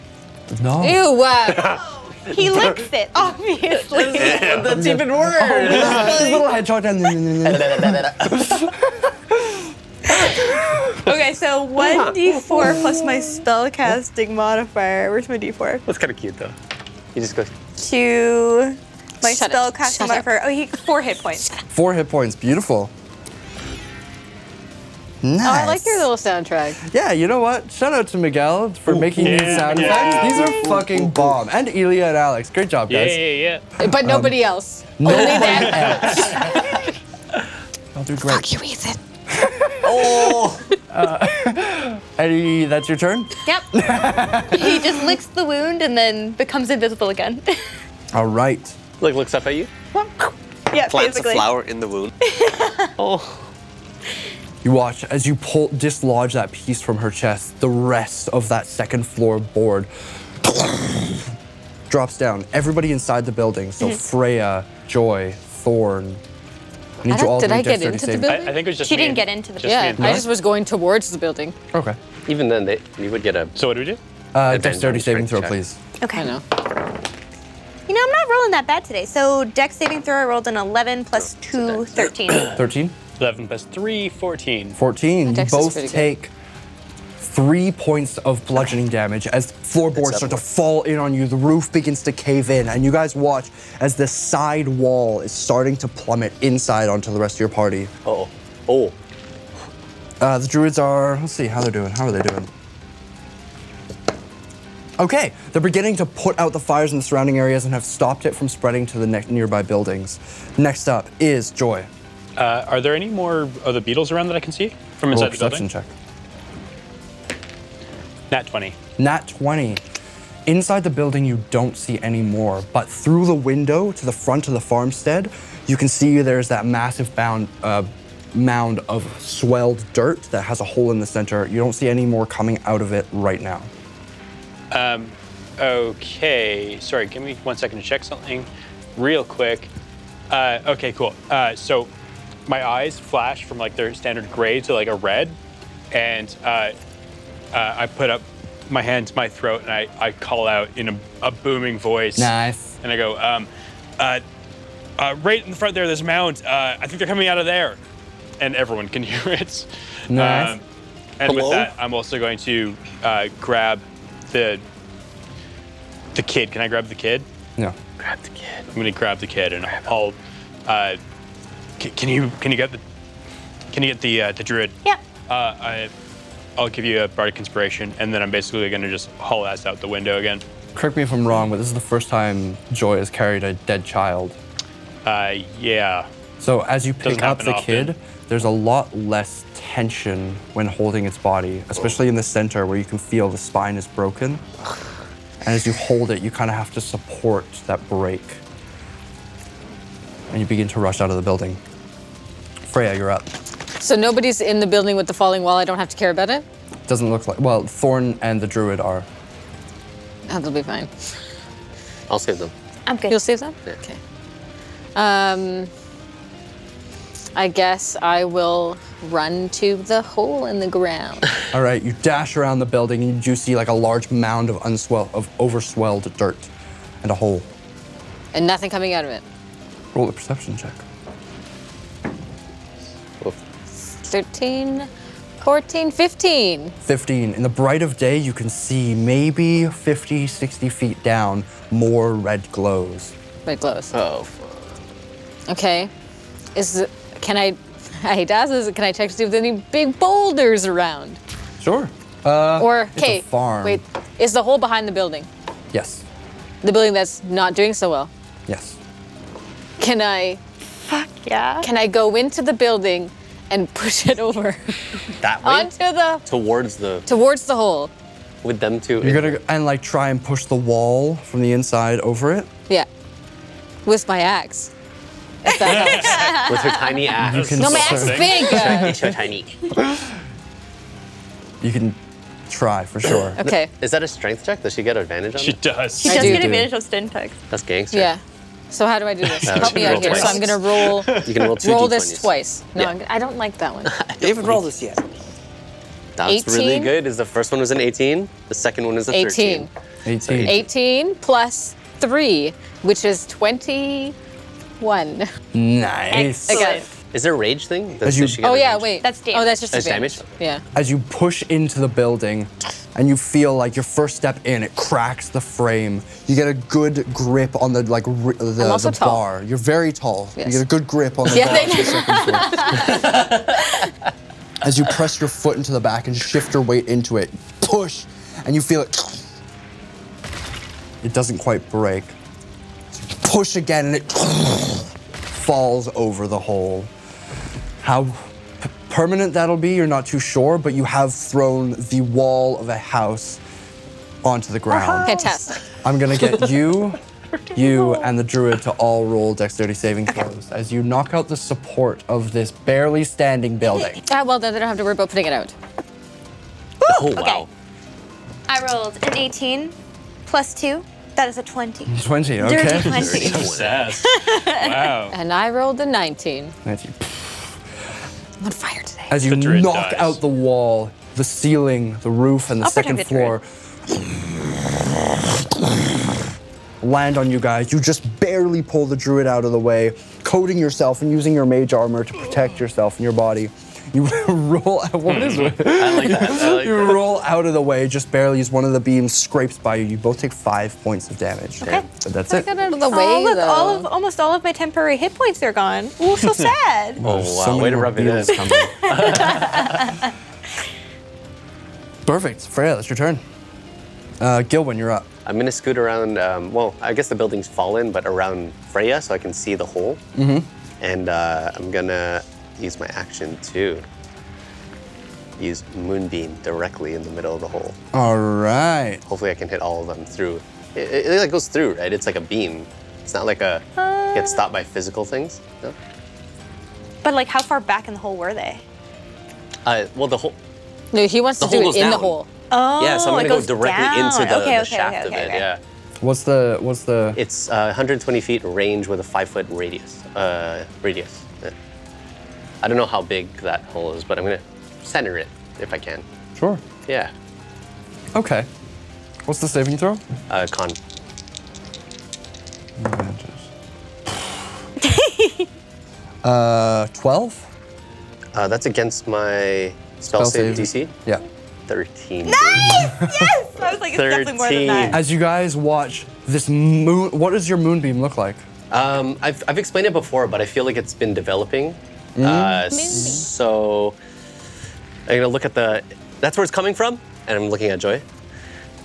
A: No.
C: Ew. uh, wow.
F: He licks it, obviously.
E: That's even worse.
A: His little head chopped down.
F: okay, so one d4 plus my spellcasting modifier. Where's my d4?
E: That's kind of cute though. He just goes.
F: To my
C: Shut up. Shut
F: spellcasting
C: up.
F: modifier. Oh, he four hit points.
A: Four hit points. Beautiful. Nice.
C: Oh, I like your little soundtrack.
A: Yeah, you know what? Shout out to Miguel for making these
B: yeah,
A: sound
B: yeah.
A: effects. These are fucking bomb. And Elia and Alex. Great job,
B: Yeah,
A: guys.
B: yeah, yeah.
A: Um,
C: But nobody else.
A: Nobody
C: Only them.
A: else. Y'all do great.
C: You Ethan.
B: Oh.
A: Uh, Eddie, that's your turn.
F: Yep. he just licks the wound and then becomes invisible again.
A: All right.
E: Look, looks up at you.
F: yeah,
D: Plants a
F: basically.
D: flower in the wound.
E: Oh,
A: You watch as you pull dislodge that piece from her chest. The rest of that second floor board drops down. Everybody inside the building. So
C: Mm-hmm.
A: Freya, Joy, Thorn. I need
C: I
A: you
C: don't-
A: all to
C: did
A: do
C: I get
A: dexterity
C: into the
A: saving-
B: I, I
C: building?
B: think it was just.
F: She
B: me
F: didn't
B: and-
F: get into the
B: just me
C: Yeah,
B: and-
C: I just was going towards the building.
A: Okay.
E: even then they you would get a.
B: So what do we do?
A: Uh,
E: Advantage
A: dexterity
E: on
A: saving throw,
E: strength check.
A: please.
F: Okay.
C: I know.
F: You know, I'm not rolling that bad today. So, deck saving throw, I rolled an 11 plus 2, 13.
A: 13?
B: 11 plus 3, 14.
A: 14. You
C: Dex is
A: both
C: pretty good.
A: take three points of bludgeoning damage as floorboards start to fall in on you. The roof begins to cave in, and you guys watch as the side wall is starting to plummet inside onto the rest of your party.
E: Oh, oh,
A: Uh, the druids are. Let's see how they're doing. How are they doing? Okay, they're beginning to put out the fires in the surrounding areas and have stopped it from spreading to the ne- nearby buildings. Next up is Joy.
B: Uh, are there any more of the beetles around that I can see from
A: Roll a
B: inside the
A: perception
B: building?
A: check.
B: Nat 20.
A: Nat 20. Inside the building, you don't see any more, but through the window to the front of the farmstead, you can see there's that massive bound, uh, mound of swelled dirt that has a hole in the center. You don't see any more coming out of it right now.
B: Okay. Sorry, give me one second to check something real quick. Uh, okay, cool. Uh, so my eyes flash from like their standard gray to like a red, and uh, uh, I put up my hand to my throat and I, I call out in a, a booming voice.
A: Nice.
B: And I go, um, uh, uh, right in the front there, there's a mound. Uh, I think they're coming out of there. And everyone can hear it. Um,
A: Nice.
B: and with
E: Hello?
B: that, I'm also going to uh, grab the the kid. Can I grab the kid?
A: No.
B: Grab the kid. I'm gonna grab the kid and I'll. Uh, c- can you can you get the can you get the uh, the druid?
F: Yeah.
B: Uh, I I'll give you a bardic inspiration, and then I'm basically gonna just haul ass out the window again.
A: Correct me if I'm wrong, but this is the first time Joy has carried a dead child.
B: Uh, yeah.
A: So as you pick
B: Doesn't
A: up
B: happen
A: the
B: often.
A: kid, there's a lot less tension when holding its body, especially in the center where you can feel the spine is broken. And as you hold it, you kind of have to support that break. And you begin to rush out of the building. Freya, you're up.
C: So nobody's in the building with the falling wall. I don't have to care about it.
A: Doesn't look like. Well, Thorn and the druid are.
C: That'll be fine.
E: I'll save them.
F: I'm good.
C: You'll save them?
E: Yeah.
C: Okay. Um, I guess I will run to the hole in the ground.
A: All right, you dash around the building and you do see like a large mound of unswell of overswelled dirt and a hole.
C: and nothing coming out of it.
A: Roll a perception check.
E: Oh,
C: 13, 14, 15.
A: 15. In the bright of day, you can see maybe 50, 60 feet down more red glows.
C: But glows.
E: Oh, fuck.
C: Okay. Is the, can I? I hate to ask this. Can I check to see if there's any big boulders around?
A: Sure. Uh,
C: Or
A: it's a
C: okay,
A: farm.
C: wait, is the hole behind the building?
A: Yes.
C: The building that's not doing so well.
A: Yes.
C: Can I?
F: Fuck yeah.
C: Can I go into the building and push it over
E: that way
C: onto the
E: towards the
C: towards the hole?
E: with them too.
A: You're gonna and like try and push the wall from the inside over it.
C: Yeah. With my axe. If that helps.
E: with her tiny ass.
A: can-
C: no, my
A: Sorry.
C: axe is big.
E: It's her tiny.
A: You can try for sure.
C: Okay.
E: Is that a strength check? Does she get advantage on
B: She
E: it?
B: does.
F: She
C: I
F: does
C: do
F: get
A: do.
F: advantage of stin text.
E: That's gangster.
C: Yeah. So how do I do this? Help me
E: roll
C: out here. So
E: twice.
C: I'm gonna roll
E: You can roll two
C: roll
E: d20s.
C: this twice. No,
E: Yeah.
C: I'm, I don't like that one.
D: You haven't rolled this yet.
E: That's really
C: 18.
E: good. Is the first one was an 18, the second one is a
C: 18.
E: 13.
A: 18.
C: 18 plus 3, which is 21.
A: Nice.
F: Excellent.
C: Okay.
E: Is there a rage thing? Does,
A: As you-
E: does she get
C: Oh, yeah,
E: advantage?
C: wait.
F: That's
C: Oh, that's
F: damage.
C: just
E: That's
C: advantage.
E: damage?
C: Yeah.
A: as you push into the building and you feel like your first step in it cracks the frame you get a good grip on the like r- the,
C: I'm also
A: the
C: tall.
A: bar you're very tall you
C: Yes.
A: get a good grip on the
C: Yeah,
A: bar
C: they-
A: of the circumference. as you press your foot into the back and shift your weight into it push and you feel it it doesn't quite break So you push again and it falls over the hole how p- permanent that'll be, you're not too sure, but you have thrown the wall of a house onto the ground.
C: Fantastic.
A: I'm gonna get you, you, and the druid to all roll dexterity saving throws as you knock out the support of this barely standing building.
C: Ah, well, then they don't have to worry about putting it out.
E: Oh, wow.
F: I rolled an 18 plus 2. That is a 20.
A: 20,
F: Dirty
A: okay?
F: 20.
B: Sass. wow.
C: And I rolled a 19.
A: 19.
C: I'm on fire today.
A: As you
B: The druid
A: knock
B: dies.
A: out the wall, the ceiling, the roof, and the
F: I'll
A: second
F: pretend the
A: floor land on you guys. You just barely pull the druid out of the way, coating yourself and using your mage armor to protect yourself and your body. You roll out. What is it?
E: Hmm. I like that. I like
A: You
E: that.
A: roll out of the way just barely as one of the beams scrapes by you. You both take five points of damage.
F: Okay.
A: But that's
C: I
A: it.
C: got out of the way,
F: oh, look,
C: though.
F: all of, almost all of my temporary hit points are gone. Oh, so sad.
E: Oh,
A: There's
E: wow.
A: so
E: Way
A: many
E: to
A: more
E: rub it
A: deals
E: in.
A: coming. Perfect. Freya, that's your turn. Uh, Gilwin, you're up.
E: I'm gonna scoot around. Um, well, I guess the building's fallen, but around Freya so I can see the hole. Mm-hmm. And uh, I'm gonna use my action to use Moonbeam directly in the middle of the hole.
A: All right.
E: Hopefully, I can hit all of them through. It, it, it like goes through, right? It's like a beam. It's not like a
C: Uh.
E: get stopped by physical things. No.
F: But, like, how far back in the hole were they?
E: Uh, well, the hole.
C: no, he wants to
E: The hole
C: do
E: goes
C: it in the
E: down.
C: hole.
F: Oh,
E: yeah, so I'm
F: it
E: gonna go
F: goes
E: directly
F: down.
E: into the,
F: okay,
E: the
F: okay,
E: shaft
F: okay,
E: of
F: okay,
E: it.
F: okay.
E: Yeah.
A: What's the what's the
E: It's uh, 120 feet range with a five foot radius. Uh, radius. Yeah. I don't know how big that hole is, but I'm gonna center it if I can.
A: sure?
E: Yeah.
A: Okay. What's the saving throw?
E: Uh, con.
A: Uh, 12?
E: Uh, that's against my spell, save, DC.
A: Yeah.
E: 13.
F: yes! I was like, it's definitely more than that.
A: As you guys watch this moon, what does your moonbeam look like?
E: Um, I've, I've explained it before, but I feel like it's been developing. Uh, so I'm gonna look at the. That's where it's coming from, and I'm looking at Joy.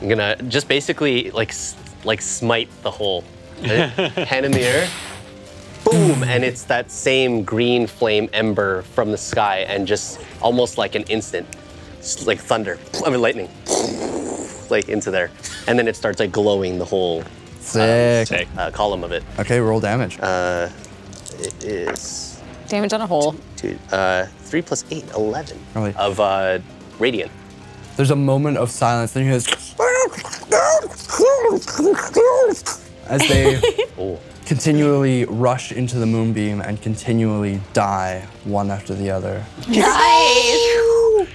E: I'm gonna just basically like s- like smite the hole. Hand in the air, boom, and it's that same green flame ember from the sky, and just almost like an instant, s- like thunder. I mean lightning, like into there, and then it starts like glowing the whole
A: Sick.
B: Sick.
E: uh, column of it.
A: Okay, roll damage.
E: Uh. It is
C: Damage on a hole.
E: two, uh, 3 plus 8, 11
A: Really?
E: of uh, radiant.
A: There's a moment of silence, then you hear this as they
E: Oh,
A: continually rush into the moonbeam and continually die one after the other.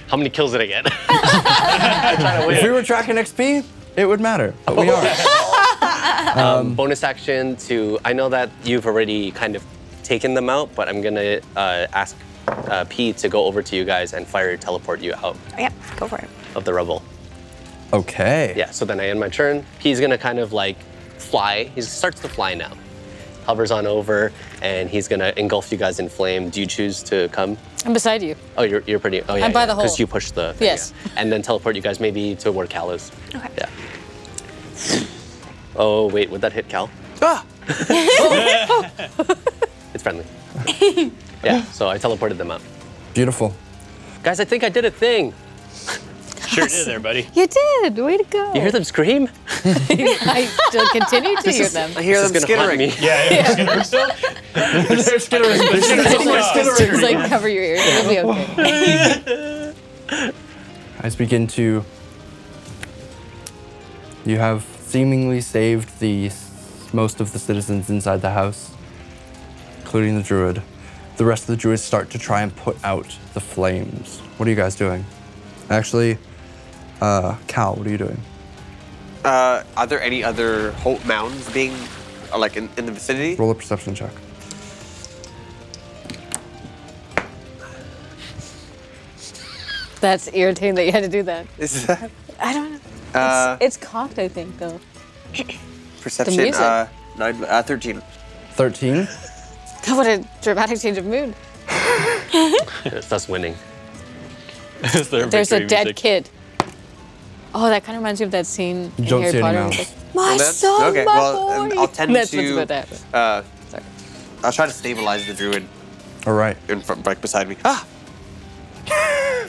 E: How many kills did I get? I'm trying to
A: If we
E: win.
A: were tracking XP, it would matter, but we aren't.
E: Um, bonus action to, I know that you've already kind of taken them out, but I'm going to uh, ask uh, P to go over to you guys and fire teleport you out
F: Yep, go for it.
E: of the rubble.
A: Okay.
E: Yeah, so then I end my turn. He's gonna kind of like fly. He starts to fly now. Hovers on over and he's gonna engulf you guys in flame. Do you choose to come?
C: I'm beside you.
E: Oh, you're, you're pretty. Oh, yeah.
C: I'm by the
E: Because
C: hole.
E: you pushed the. thing,
C: Yes.
E: yeah. And then teleport you guys maybe toward Callus.
F: Okay.
E: Yeah. Oh, wait, would that hit Cal?
A: Ah!
E: It's friendly. yeah, so I teleported them out.
A: Beautiful.
E: Guys, I think I did a thing.
B: Sure did there, buddy.
F: You did. Way to go.
E: You
C: Oh.
E: hear them scream?
C: I still continue to hear them.
D: I hear
E: This is
D: them
E: gonna
D: skittering.
E: haunt me.
A: They're skittering.
C: It's like cover your ears. It'll be okay.
A: As begin to, you have seemingly saved the s- most of the citizens inside the house, including the druid. The rest of the druids start to try and put out the flames. What are you guys doing? Actually, uh, Cal, what are you doing?
D: Uh, are there any other ho- mounds being, uh, like, in, in the vicinity?
A: Roll a perception check.
C: That's irritating that you had to do that.
D: Is that
C: I don't know. It's,
D: Uh,
C: it's cocked, I think, though.
D: perception?
C: music.
D: Uh, nine, uh, 13.
A: 13?
C: What a dramatic change of mood.
E: It's us winning.
B: It's their
C: There's a
B: victory
C: dead
B: music.
C: kid. Oh, that kind of reminds me of that scene in
A: Don't
C: Harry
A: see any
C: Potter.
A: mouths.
C: It's like,
D: Well,
C: my
D: that's-
C: son,
D: okay,
C: my
D: well,
C: boy.
D: um, I'll tend
C: That's
D: to-
C: what's about to happen.
D: Uh,
C: Sorry.
D: I'll try to stabilize the druid
A: All right.
D: in front, like, beside me. Ah!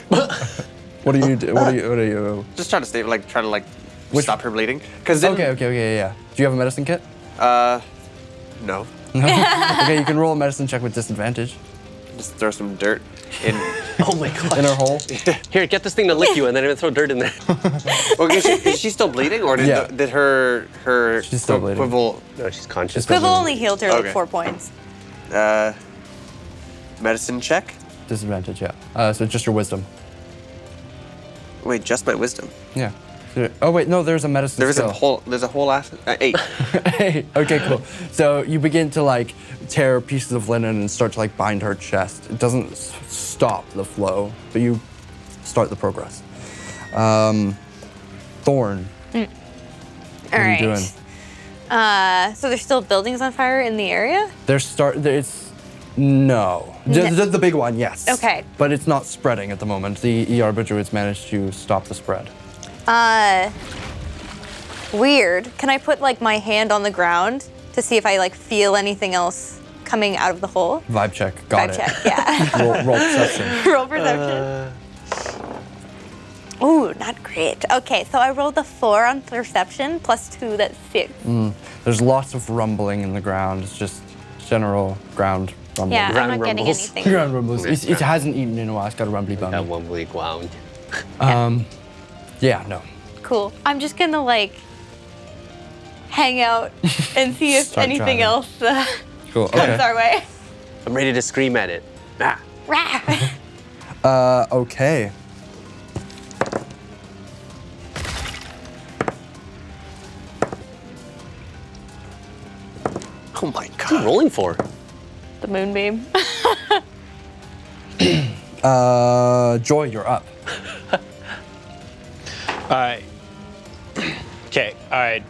A: What do you do? What do you, what do you,
D: Just trying to stay, like, trying to, like,
A: Which-
D: stop her bleeding. Because then,
A: okay, okay, okay, yeah. Do you have a medicine kit?
D: no.
A: Okay, you can roll a medicine check with disadvantage
D: Just throw some dirt in.
E: Oh my god.
A: in her hole.
E: Here, get this thing to lick you and then I'm gonna throw dirt in there.
D: okay, is she, is she still bleeding, or did,
A: Yeah.
D: the, did her her
A: She's still
D: quiv-
A: bleeding.
D: quivel
E: no, she's conscious.
A: Quiv-
F: Quivel only healed her
D: Okay.
F: like four points.
D: uh, medicine check?
A: Disadvantage, yeah. Uh, so just your wisdom.
D: Wait, just my wisdom.
A: Yeah. So- Oh wait, no, there's a medicine.
D: There is
A: skill.
D: a whole there's a whole ass uh, eight.
A: Hey, okay, cool. So you begin to like tear pieces of linen and start to like bind her chest. It doesn't s- stop the flow, but you start the progress. Um, Thorn,
F: All
A: what are
F: right.
A: you doing?
F: Uh, so there's still buildings on fire in the area?
A: They're start. there- It's no. The,
F: No.
A: the, the big one, yes.
F: Okay.
A: But it's not spreading at the moment. The ER druids managed to stop the spread.
F: Uh, weird. Can I put like my hand on the ground to see if I like feel anything else coming out of the hole?
A: Vibe check. Got
F: Vibe
A: it.
F: check, yeah.
A: Roll, roll perception.
F: Roll perception. Ooh, not great. Okay, so I rolled a four on perception, plus two, that's six.
A: Mm, There's lots of rumbling in the ground. It's just general ground rumbling.
F: Yeah, I'm
E: Ground
F: not getting
E: rumbles.
F: anything.
A: Ground rumbles. It's, it hasn't eaten in a while. It's got a rumbly bum.
E: That one bleak wound.
A: Yeah, no.
F: Cool. I'm just gonna like hang out and see if
A: Start
F: anything
A: driving.
F: else uh,
A: Cool.
F: comes
A: Okay.
F: our way.
E: I'm ready to scream at it. Ah.
F: Rah!
A: Uh, okay.
D: Oh my
E: What are you
D: god.
E: rolling for?
F: The moonbeam.
A: Uh, Joy, you're up.
B: Alright. Okay, alright.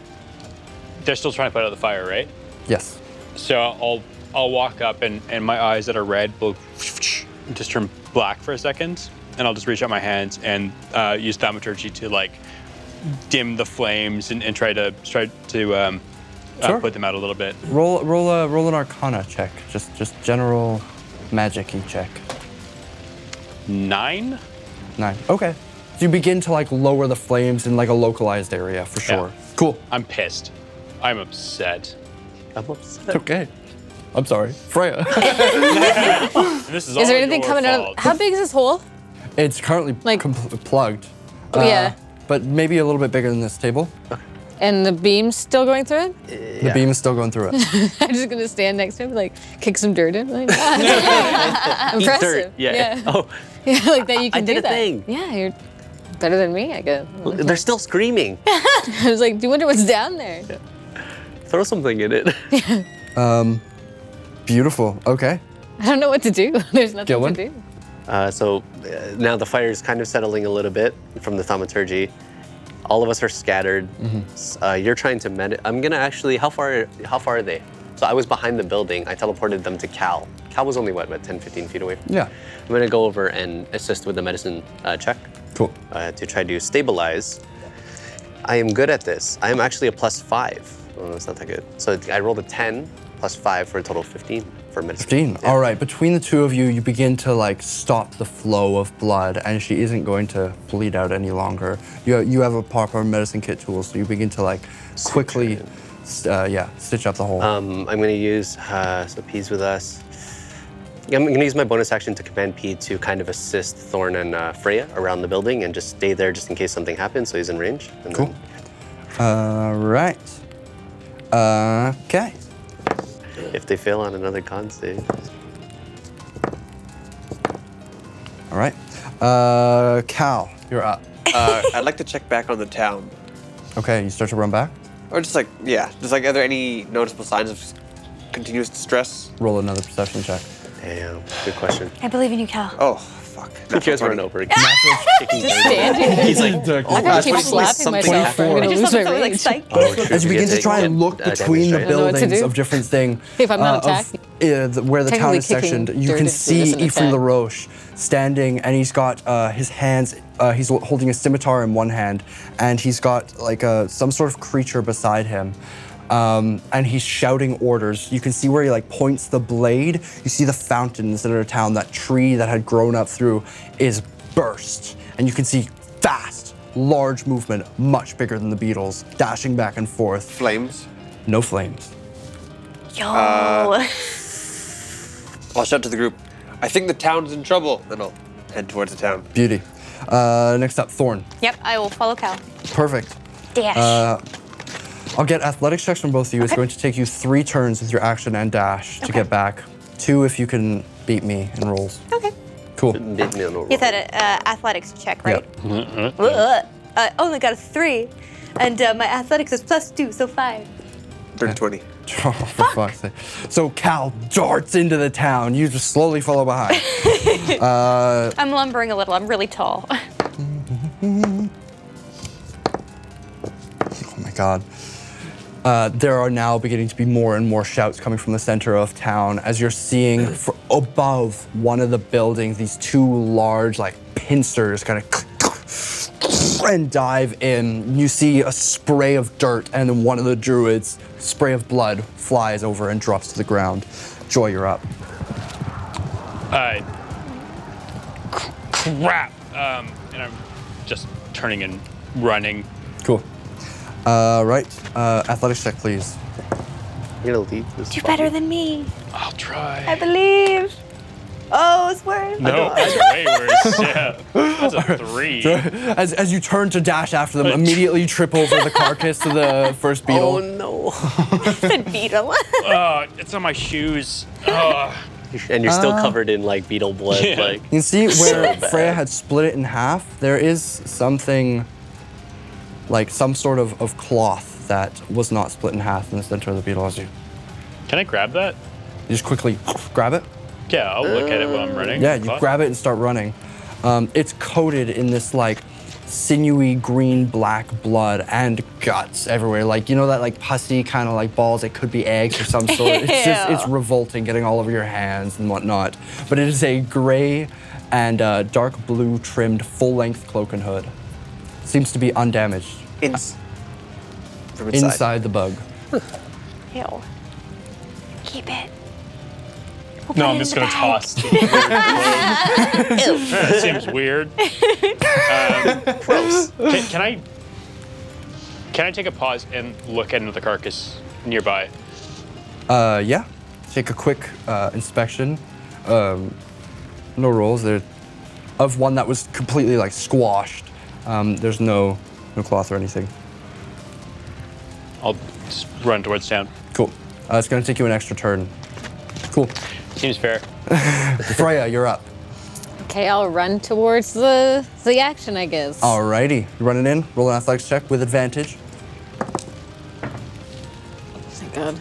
B: They're still trying to put out the fire, right?
A: Yes.
B: So I'll I'll walk up and, and my eyes that are red will just turn black for a second, and I'll just reach out my hands and uh, use thaumaturgy to like dim the flames and, and try to try to um, uh,
A: Sure.
B: put them out a little bit.
A: Roll, roll, a, roll an Arcana check. Just, just general magic-y check.
B: Nine.
A: Nine. Okay. So you begin to like lower the flames in like a localized area for
B: Yeah.
A: sure. Cool.
B: I'm pissed. I'm upset.
E: I'm upset.
A: It's okay. I'm sorry, Freya.
B: And this is, all
C: Is there anything
B: your
C: coming out
B: fault.
C: of How big is this hole?
A: it's currently
C: Like-
A: com- plugged.
D: Uh,
C: Oh, yeah.
A: But maybe a little bit bigger than this table.
C: And the beam's still going through it?
A: The beam is still going through it.
C: I'm just gonna stand next to him, like kick some dirt in. Like, ah, impressive.
E: Dirt. Yeah. Oh,
C: Yeah, like that you can
E: did
C: do
E: a
C: that.
E: thing.
C: Yeah, you're better than me, I guess.
E: they're still screaming.
C: I was like, do you wonder what's down there?
E: Throw something in it.
A: Beautiful. Okay.
C: I don't know what to do. There's nothing
A: Gilwin?
C: to do.
E: Uh, so uh, now the fire is kind of settling a little bit from the thaumaturgy. All of us are scattered. S- Uh, you're trying to med. I'm gonna actually. How far? How far are they? So I was behind the building. I teleported them to Cal. Cal was only what, about 10, 15 feet away.
A: Yeah.
E: I'm gonna go over and assist with the medicine uh, check
A: Cool.
E: uh, to try to stabilize. I am good at this. I am actually a plus five. Oh, that's not that good. So I rolled a 10 plus five for a total of 15 for medicine.
A: 15.
E: Yeah.
A: All right. Between the two of you, you begin to like stop the flow of blood, and she isn't going to bleed out any longer. You you have a proper medicine kit tool, so you begin to like quickly, s- uh, yeah, stitch up the hole.
E: Um, I'm gonna use uh, so P's with us. I'm gonna use my bonus action to command P to kind of assist Thorn and uh, Freya around the building and just stay there just in case something happens. So he's in range. And
A: Cool. All right. Okay.
E: Then if they fail on another con save,
A: All right. Uh, Cal, you're up.
D: Uh, I'd like to check back on the town.
A: Okay, you start to run back.
D: Or just like, yeah, just like, are there any noticeable signs of s- continuous distress?
A: Roll another perception check.
E: damn, good question.
F: I believe in you, Cal.
D: Oh, fuck.
E: Who cares? Run over. Kicking
C: Just
E: dirt.
C: standing.
E: He's like,
C: I
E: gosh,
C: gotta keep
E: what if
C: slapping
E: something
C: myself. I'm
A: happened?
C: gonna
F: Just
C: lose my
F: something like
C: rage.
F: psych.
E: Oh, shoot,
A: As you
E: we
A: begin
E: get
A: to try
E: take
A: and look
E: uh, damage,
A: between the
E: right?
C: know what to
A: buildings
C: do.
A: of different things,
C: If I'm not
A: of, uh, the- where the town
C: Technically
A: is
C: kicking
A: sectioned, you
C: dirt
A: can
C: is- is
A: see
C: an
A: Ephraim
C: attack.
A: LaRoche standing, and he's got uh, his hands. Uh, he's l- holding a scimitar in one hand, and he's got like a, some sort of creature beside him. Um, and he's shouting orders. You can see where he like points the blade. You see the fountain in the center of town. That tree that had grown up through is burst, and you can see fast, large movement, much bigger than the beetles, dashing back and forth.
D: Flames.
A: No flames.
E: Oh.
F: Yo.
E: Uh,
D: I'll shout to the group. I think the town's in trouble. And I'll head towards the town.
A: Beauty. Uh, next up, Thorn.
F: yep, I will follow Cal.
A: Perfect.
F: Dash.
C: Uh,
A: I'll get athletics checks from both of you. It's
F: Okay.
A: going to take you three turns with your action and dash to
F: Okay. Oh.
A: get back. Two if you can beat me in rolls.
F: okay.
A: Cool.
E: Mid- no, no,
F: You
E: roll.
F: said uh, athletics check, right?
A: Yep.
F: Ugh. I only got a three, and uh, my athletics is plus two, so five.
D: Dirty 20.
A: Oh, for fuck's sake. So Cal darts into the town. You just slowly follow behind.
F: I'm lumbering a little. I'm really tall.
A: Oh my god. Uh, there are now beginning to be more and more shouts coming from the center of town as you're seeing fr above one of the buildings these two large like pincers kind of and dive in. You see a spray of dirt, and then one of the druids' spray of blood flies over and drops to the ground. Joy, you're up.
B: Uh, c- crap. Um, and I'm just turning and running.
A: Cool. Uh, right, uh, athletics check, please.
E: I'm gonna leave this.
F: Do
E: body.
F: better than me.
B: I'll try.
F: I believe. Oh, it's worse.
B: No, that's way worse. Yeah. That's a three.
A: As, as you turn to dash after them, immediately you trip over the carcass of the first beetle.
E: Oh no!
F: It's a beetle.
B: Uh, it's on my shoes. Uh,
E: and you're still covered in like beetle blood.
B: Yeah.
E: Like
A: You can see where
E: bad.
A: Freya had split it in half. There is something like some sort of, of cloth that was not split in half in the center of the beetle as you
B: Can I grab that?
A: You just quickly grab it.
B: Yeah, I'll look at it while I'm running.
A: Yeah, you
B: Fuck.
A: grab it and start running. Um, it's coated in this like sinewy green black blood and guts everywhere. Like you know that like pussy kind of like balls. It could be eggs or some sort. It's just it's
F: Ew.
A: revolting, getting all over your hands and whatnot. But it is a gray and uh, dark blue trimmed full length cloak and hood. Seems to be undamaged
D: In, from
A: inside, the bug.
F: Ew. Keep it. We'll
B: No,
F: put
B: I'm
F: it
B: just
F: in the
B: gonna
F: bag.
B: toss. that seems weird. Um, Can, can I? Can I take a pause and look into the carcass nearby?
A: Uh, yeah. Take a quick uh, inspection. Um, no rolls. There, of one that was completely like squashed. Um, there's no no cloth or anything.
B: I'll just run towards town.
A: Cool. Uh, it's gonna take you an extra turn. Cool.
B: Seems fair.
A: Freya, you're up.
C: Okay, I'll run towards the the action, I guess.
A: Alrighty. You running in. Roll an athletics check with advantage.
C: Thank God.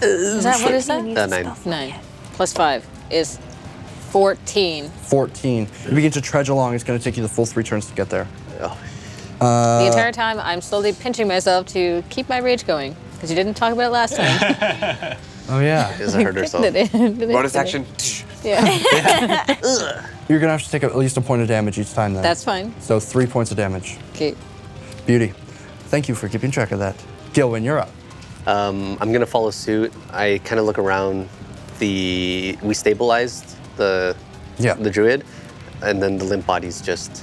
C: Is that what is
F: You
C: that?
F: need
E: Uh,
F: to
E: nine.
F: spell for
C: Nine
F: it.
C: plus five is fourteen.
A: 14. You begin to trudge along. It's gonna take you the full three turns to get there.
C: the entire time, I'm slowly pinching myself to keep my rage going because you didn't talk about it last time.
A: Oh yeah.
E: doesn't hurt herself.
C: Did it? Did it?
D: Bonus
C: Did it?
D: action.
C: Yeah,
A: You're gonna have to take at least a point of damage each time then.
C: that's fine.
A: so three points of damage.
C: Okay.
A: Beauty. Thank you for keeping track of that. Gilwin, you're up.
E: Um, I'm gonna follow suit. I kind of look around. The we stabilized the
A: Yeah.
E: the druid, and then the limp body's just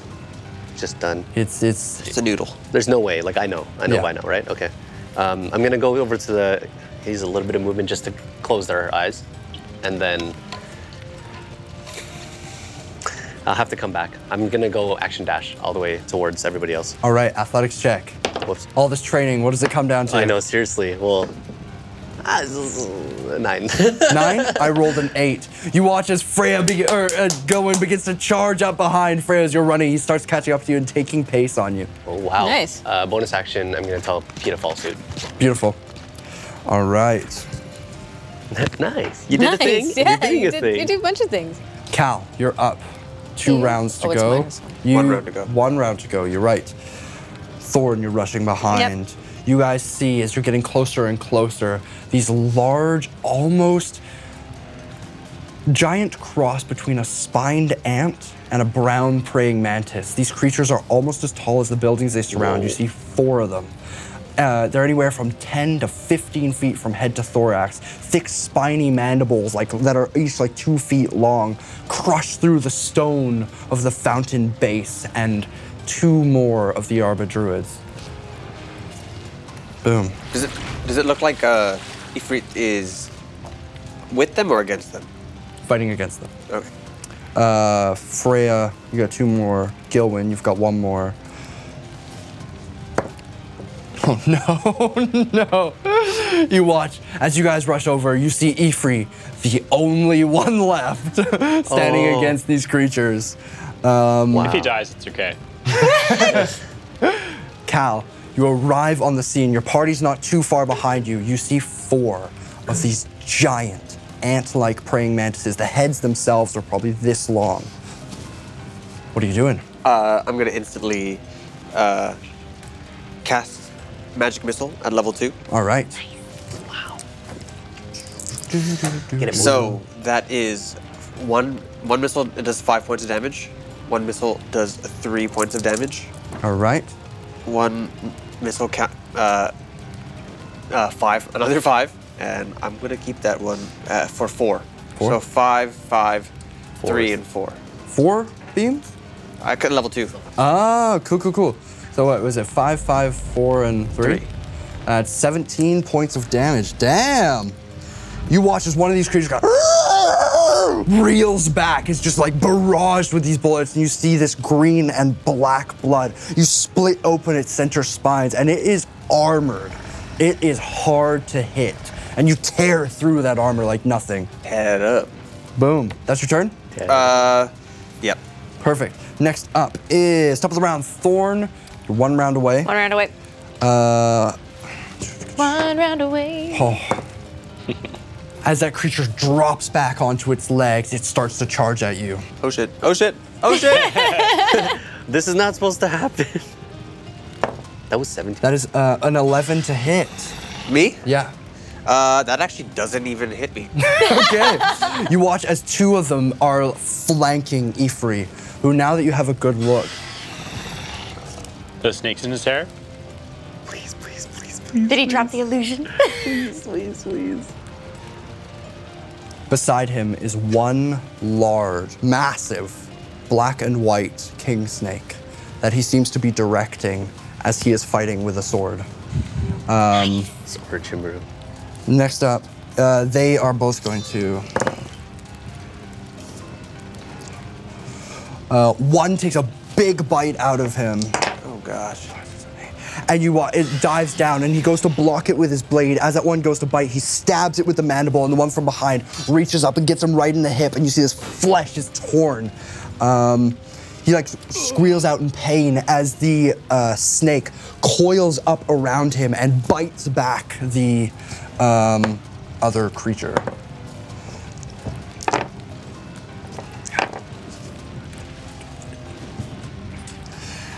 E: just done.
A: It's it's
D: It's a noodle.
E: There's no way. Like I know. I know
A: Yeah.
E: by now, right? Okay. Um, I'm gonna go over to the. Use a little bit of movement just to close their eyes, and then I'll have to come back. I'm gonna go action dash all the way towards everybody else.
A: all right. Athletics check.
E: Whoops.
A: All this training. What does it come down to?
E: I know. Seriously. Well, ah, this is, uh, nine.
A: Nine. I rolled an eight. You watch as Freya be- or uh, Gilwin begins to charge up behind Freya as you're running. He starts catching up to you and taking pace on you.
E: Oh, wow.
C: Nice.
E: Uh, bonus action, I'm gonna tell Pia to fall suit.
A: Beautiful. All right.
E: nice. You did a thing.
C: Nice, Yeah,
E: You're doing
C: you
E: a
C: did,
E: thing.
C: You did a bunch of things.
A: Cal, you're up. Two
C: Two.
A: rounds to
C: Oh, it's
A: go.
C: minus one.
A: You-
D: One round to go.
A: One round to go. You're right. Thorn, you're rushing behind. You guys see as you're getting closer and closer these large, almost giant cross between a spined ant and a brown praying mantis. These creatures are almost as tall as the buildings they surround. You
E: Whoa.
A: see four of them. Uh, they're anywhere from 10 to 15 feet from head to thorax. Thick, spiny mandibles, like that are each like two feet long, crush through the stone of the fountain base, and two more of the Arba druids. Boom.
D: Does it does it look like uh, Ifrit is with them or against them?
A: Fighting against them.
D: Okay.
A: Uh, Freya, you got two more. Gilwin, you've got one more. Oh no, no. You watch as you guys rush over, you see Ifri, the only one left, standing
E: Oh.
A: against these creatures.
B: If he
E: wow.
B: dies, it's okay.
A: Cal, you arrive on the scene. Your party's not too far behind you. You see four of these giant ant like praying mantises. The heads themselves are probably this long. What are you doing?
D: Uh, I'm gonna instantly uh, cast magic missile at level two.
A: All right.
E: Get it
D: So that is one one missile it does five points of damage. One missile does three points of damage.
A: All right.
D: One m- missile ca- uh, uh, five another five, and I'm gonna keep that one uh, for four.
A: Four?
D: So five, five, three,
E: is-
D: and four.
A: Four beams?
D: I could level two.
A: Ah, cool, cool, cool. So what was it? Five, five, four, and three.
D: Three.
A: That's 17 points of damage. Damn. You watch as one of these creatures got reels back. It's just like barraged with these bullets, and you see this green and black blood. You split open its center spines, and it is armored. It is hard to hit, and you tear through that armor like nothing.
D: Head up.
A: Boom. That's your turn.
E: Okay.
D: Uh, yep.
A: Perfect. Next up is top of the round, Thorn. You're one round away.
F: One round away.
A: Uh,
F: one round away.
A: Oh. As that creature drops back onto its legs, it starts to charge at you.
D: Oh shit. Oh shit. Oh shit.
E: This is not supposed to happen. that was 17.
A: That is uh, an 11 to hit.
D: me?
A: Yeah.
D: Uh, that actually doesn't even hit me.
A: Okay. you watch as two of them are flanking Ifri, who now that you have a good look,
B: The snake's in his hair.
E: Please, please, please, please.
F: Did he drop the illusion?
A: beside him is one large, massive, black and white king snake that he seems to be directing as he is fighting with a sword.
E: Super Chimuru.
A: Next up, uh, they are both going to. Uh, one takes a big bite out of him,
D: oh gosh.
A: and you wa- it dives down, and he goes to block it with his blade. As that one goes to bite, he stabs it with the mandible, and the one from behind reaches up and gets him right in the hip, and you see this flesh is torn. Um, he like squeals out in pain as the uh, snake coils up around him and bites back the um, other creature.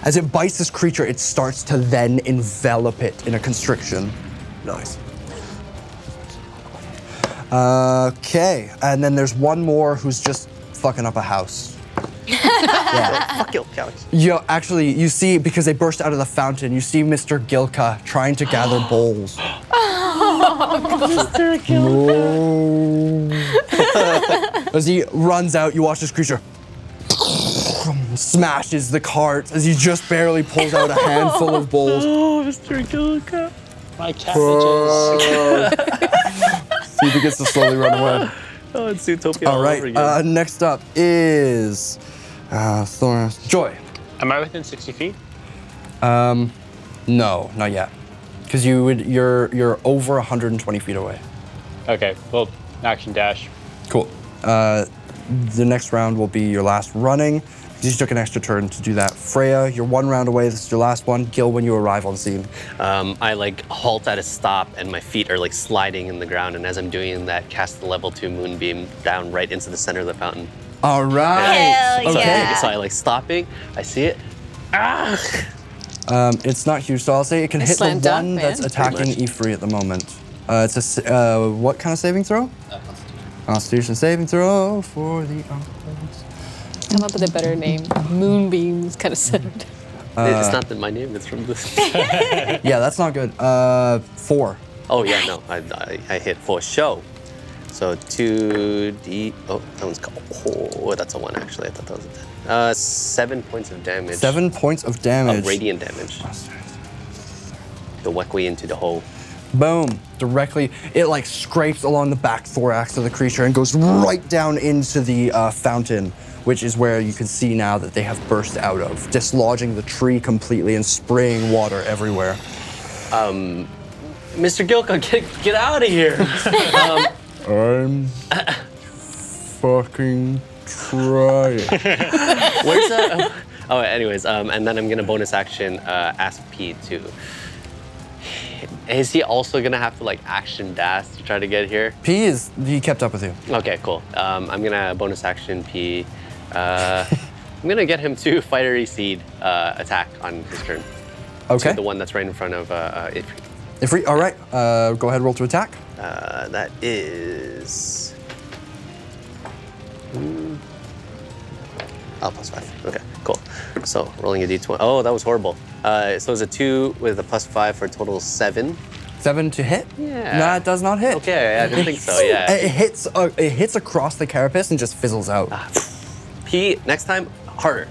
A: As it bites this creature, it starts to then envelop it in a constriction. Nice. Okay, and then there's one more who's just fucking up a house.
F: Oh,
E: Fuck you, Alex.
A: Yo, actually, you see, because they burst out of the fountain, you see Mr. Gilka trying to gather bowls. No. as he runs out, you watch this creature smashes the cart as he just barely pulls out a handful of bowls.
B: My cabbages.
A: He begins to slowly run away.
E: Oh, it's Utopia
A: All right. Uh, next up is uh, Thor- Joy.
B: Am I within 60 feet?
A: No, not yet, because you would you're you're over 120 feet away.
B: Okay. Well, action dash.
A: Cool. Uh, the next round will be your last running. You just took an extra turn to do that. Freya, you're one round away. This is your last one. Gil, when you arrive on scene.
E: um, I like halt at a stop and my feet are like sliding in the ground. And as I'm doing that, cast the level two moonbeam down right into the center of the fountain.
A: All right.
F: Hell
E: So,
A: okay.
E: I,
F: yeah.
E: so I like stopping, I see it.
A: Um, it's not huge, so I'll say it can hit the
C: slam dunk,
A: one
C: man.
A: that's attacking
E: Pretty
A: E3 at the moment. Uh, it's a s- uh, what kind of saving throw? Constitution saving throw for the.
C: Come up with a better name. Moonbeams kind of sound.
A: Uh,
E: it's not that my name, it's from this.
A: Yeah, that's not good. Uh, four.
E: oh, yeah, no, I, I, I hit for show. So 2D. Oh, that one's called. Oh, that's a one actually. I thought that was a 10. Uh, seven points of damage.
A: Seven points of damage.
E: Of radiant damage. The Wekwe into the hole.
A: Boom. Directly, it like scrapes along the back thorax of the creature and goes right down into the uh, fountain, which is where you can see now that they have burst out of, dislodging the tree completely and spraying water everywhere.
E: Mr. Gilka, get, get out of here.
A: I'm fucking trying.
E: Where's that? Oh, anyways, um, and then I'm gonna bonus action uh, ask P to. Is he also gonna have to like action dash to try to get here?
A: P is he kept up with you.
E: Okay, cool. Um, I'm gonna bonus action P. Uh, I'm gonna get him to fiery seed uh, attack on his turn.
A: Okay.
E: To the one that's right in front of uh, uh, Ifrit.
A: If we, all right, uh, go ahead, roll to attack.
E: Uh, that is. Mm. Oh, plus five. Okay, cool. So rolling a d20. Oh, that was horrible. Uh, so it's a two with a plus five for a total of seven.
A: Seven to hit.
E: Yeah.
A: No, it does not hit.
E: Okay, I didn't think so. Yeah.
A: It it hits. Uh, it hits across the carapace and just fizzles out.
E: Ah. P. Next time, harder.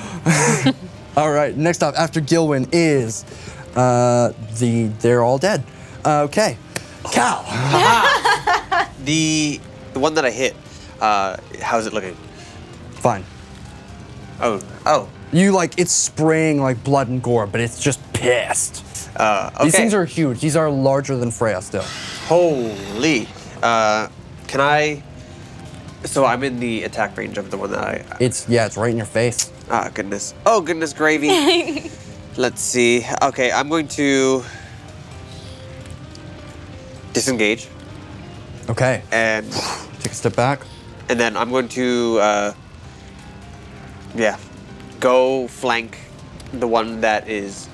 A: All right. Next up after Gilwin is uh, the. They're all dead. Uh, okay. Cal.
D: The the one that I hit. Uh, how's it looking?
A: Fine.
D: Oh. Oh.
A: You like it's spraying like blood and gore, but it's just pissed.
D: Uh, okay.
A: These things are huge. These are larger than Freya still.
D: Holy. Uh, can I? So I'm in the attack range of the one that I.
A: It's yeah. It's right in your face.
D: Ah, goodness. Oh, goodness gravy. Let's see. Okay, I'm going to disengage,
A: Okay.
D: and
A: Take a step back.
D: and then I'm going to, uh, yeah, go flank the one that is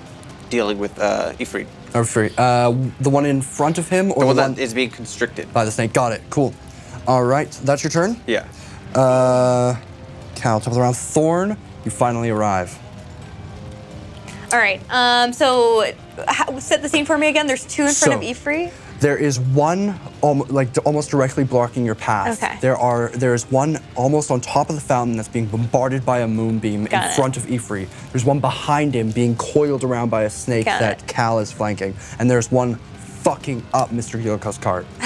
D: dealing with uh, Ifrit,
A: Or free. Uh, the one in front of him, or
D: the
A: the,
D: one
A: one
D: that is being constricted.
A: by the snake. Got it. Cool. All right, that's your turn.
D: Yeah.
A: Uh, Cal, top of the round. Thorn, you finally arrive.
F: All right. Um, so how, set the scene for me again. There's two in front of
A: So-
F: Ifri.
A: There is one alm- like d- almost directly blocking your path.
F: Okay.
A: There are there is one almost on top of the fountain that's being bombarded by a moonbeam
F: Got
A: in
F: it.
A: front of Ifri. There's one behind him being coiled around by a snake
F: Got
A: that
F: it.
A: Cal is flanking, and there's one fucking up Mr. Yoko's cart.
F: Okay,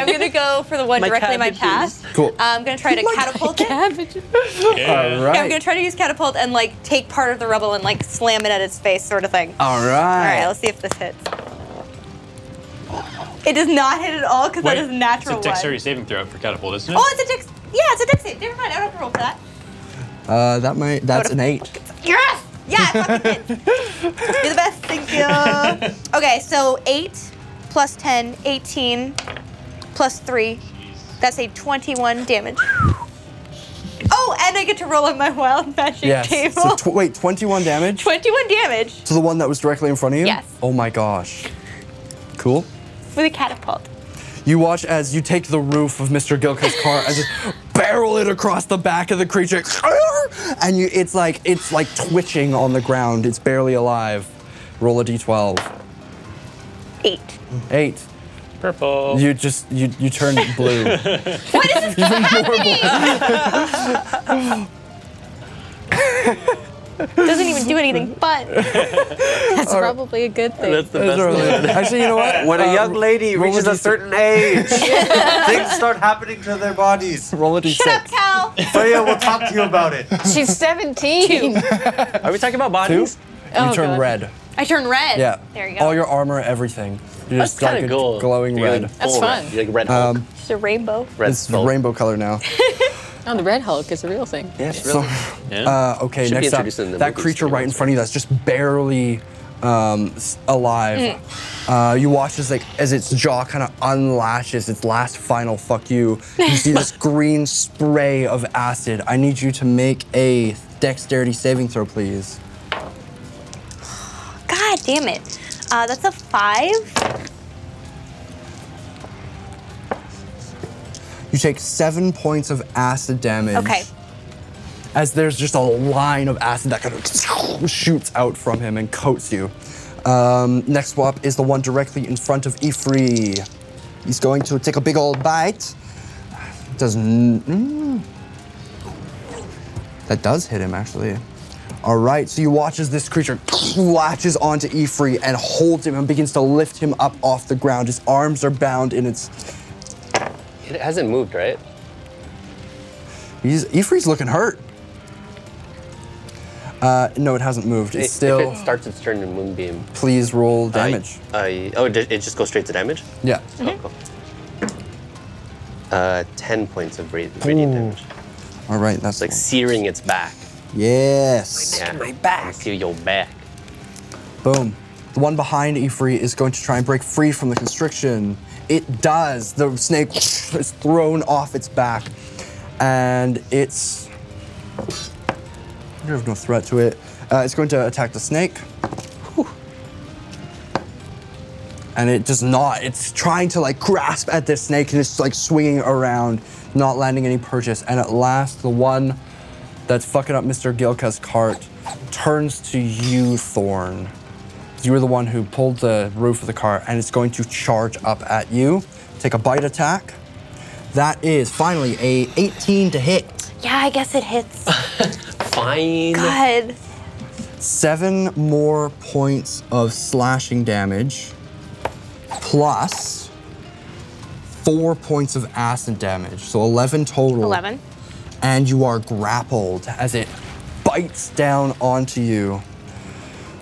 F: I'm gonna go for the one
E: My
F: directly in my
E: cabbages.
F: path. Uh,
A: Cool.
F: I'm gonna try to catapult it.
C: Cabbage.
A: All
F: Okay, I'm gonna
A: right.
F: try to use catapult and like take part of the rubble and like slam it at its face, sort of thing.
A: All
F: All
A: right.
F: right, let's see if this hits. It does not hit at all because that is a natural
B: It's a dexterity
F: one.
B: saving throw for catapult, isn't it?
F: Oh, it's a dex. Yeah, it's a dex save. Never mind. I don't have to roll for that.
A: Uh, that might that's
F: What
A: an
F: a-
A: eight.
F: Yes. Yeah, it fucking hits. You're the best. Thank you. Okay, so eight plus 10, 18 plus three. That's a 21 damage. Oh, and I get to roll on my wild magic
A: Yes. So
F: table.
A: tw- wait, 21 damage
F: 21 damage
A: to the one that was directly in front of you.
F: Yes.
A: Oh my gosh. Cool.
F: with a catapult.
A: You watch as you take the roof of Mr. Gilka's car and just barrel it across the back of the creature, and you, it's like it's like twitching on the ground. It's barely alive. Roll a d12.
F: Eight.
A: Eight.
B: Purple.
A: You just you you turn blue.
F: What is this? Doesn't even do anything, but
C: That's probably a good thing.
E: That's the best.
A: Actually, you know what?
D: When a
A: Uh,
D: young lady
A: roll
D: reaches a
A: D6.
D: certain age, things start happening to their bodies.
A: roll a d6.
F: shut up, Cal.
D: Freya will talk to you about it.
C: She's 17.
E: Are we talking
A: Two.
E: about bodies?
A: you
C: Oh,
A: turn
C: God.
A: red.
F: I turned red.
A: Yeah.
F: There you
A: All
F: go.
A: your armor, everything. You're
E: That's
A: just like
E: kind
A: a
E: of cool.
A: glowing
E: You're
A: red.
E: Like full
C: That's
E: Red.
C: fun.
E: You're like red Hulk.
A: Um,
F: It's a rainbow.
E: red
A: it's
E: Hulk.
A: rainbow color now.
C: oh, the Red Hulk is a real thing.
E: Yes, really.
B: Yeah.
A: Uh, okay,
E: Should be
A: next up,
E: introduced in the
A: that
E: movies,
A: creature
E: to be
A: right in
E: honest
A: front of you that's just barely um, s-
F: Mm.
A: alive. Uh, you watch as like as its jaw kind of unlashes its last final fuck you. You see this green spray of acid. I need you to make a dexterity saving throw, please.
F: God damn it. Uh, that's a five.
A: You take seven points of acid damage.
F: Okay.
A: As there's just a line of acid that kind of shoots out from him and coats you. Um, next swap is the one directly in front of Ifri. He's going to take a big old bite. Doesn't. mm. That does hit him, actually. All right, so you watch as this creature latches onto Ifri and holds him and begins to lift him up off the ground. His arms are bound in its
E: It hasn't moved, right?
A: He's, Ifri's looking hurt. Uh, no, it hasn't moved.
E: It-
A: It's still.
E: If it starts its turn in Moonbeam.
A: please roll damage.
E: I, I- oh, it ju- it just goes straight to damage?
A: yeah.
E: Oh, cool. Uh, 10 points of radi- radiant damage.
A: All right, that's
E: It's like
A: like.
E: searing its back.
A: Yes.
E: Yeah. My back. Sear your back.
A: Boom. The one behind Ifri is going to try and break free from the constriction. It does. The snake is thrown off its back, and it's. You have no threat to it. Uh, it's going to attack the snake. Whew. And it does not. It's trying to like grasp at this snake and it's like swinging around, not landing any purchase. And at last, the one that's fucking up Mr. Gilka's cart turns to you, Thorn. You were the one who pulled the roof of the cart, and it's going to charge up at you. Take a bite attack. That is finally a 18 to hit.
F: Yeah, I guess it hits.
E: Fine.
F: God.
A: Seven more points of slashing damage, plus four points of acid damage. So 11 total.
F: 11.
A: and you are grappled as it bites down onto you.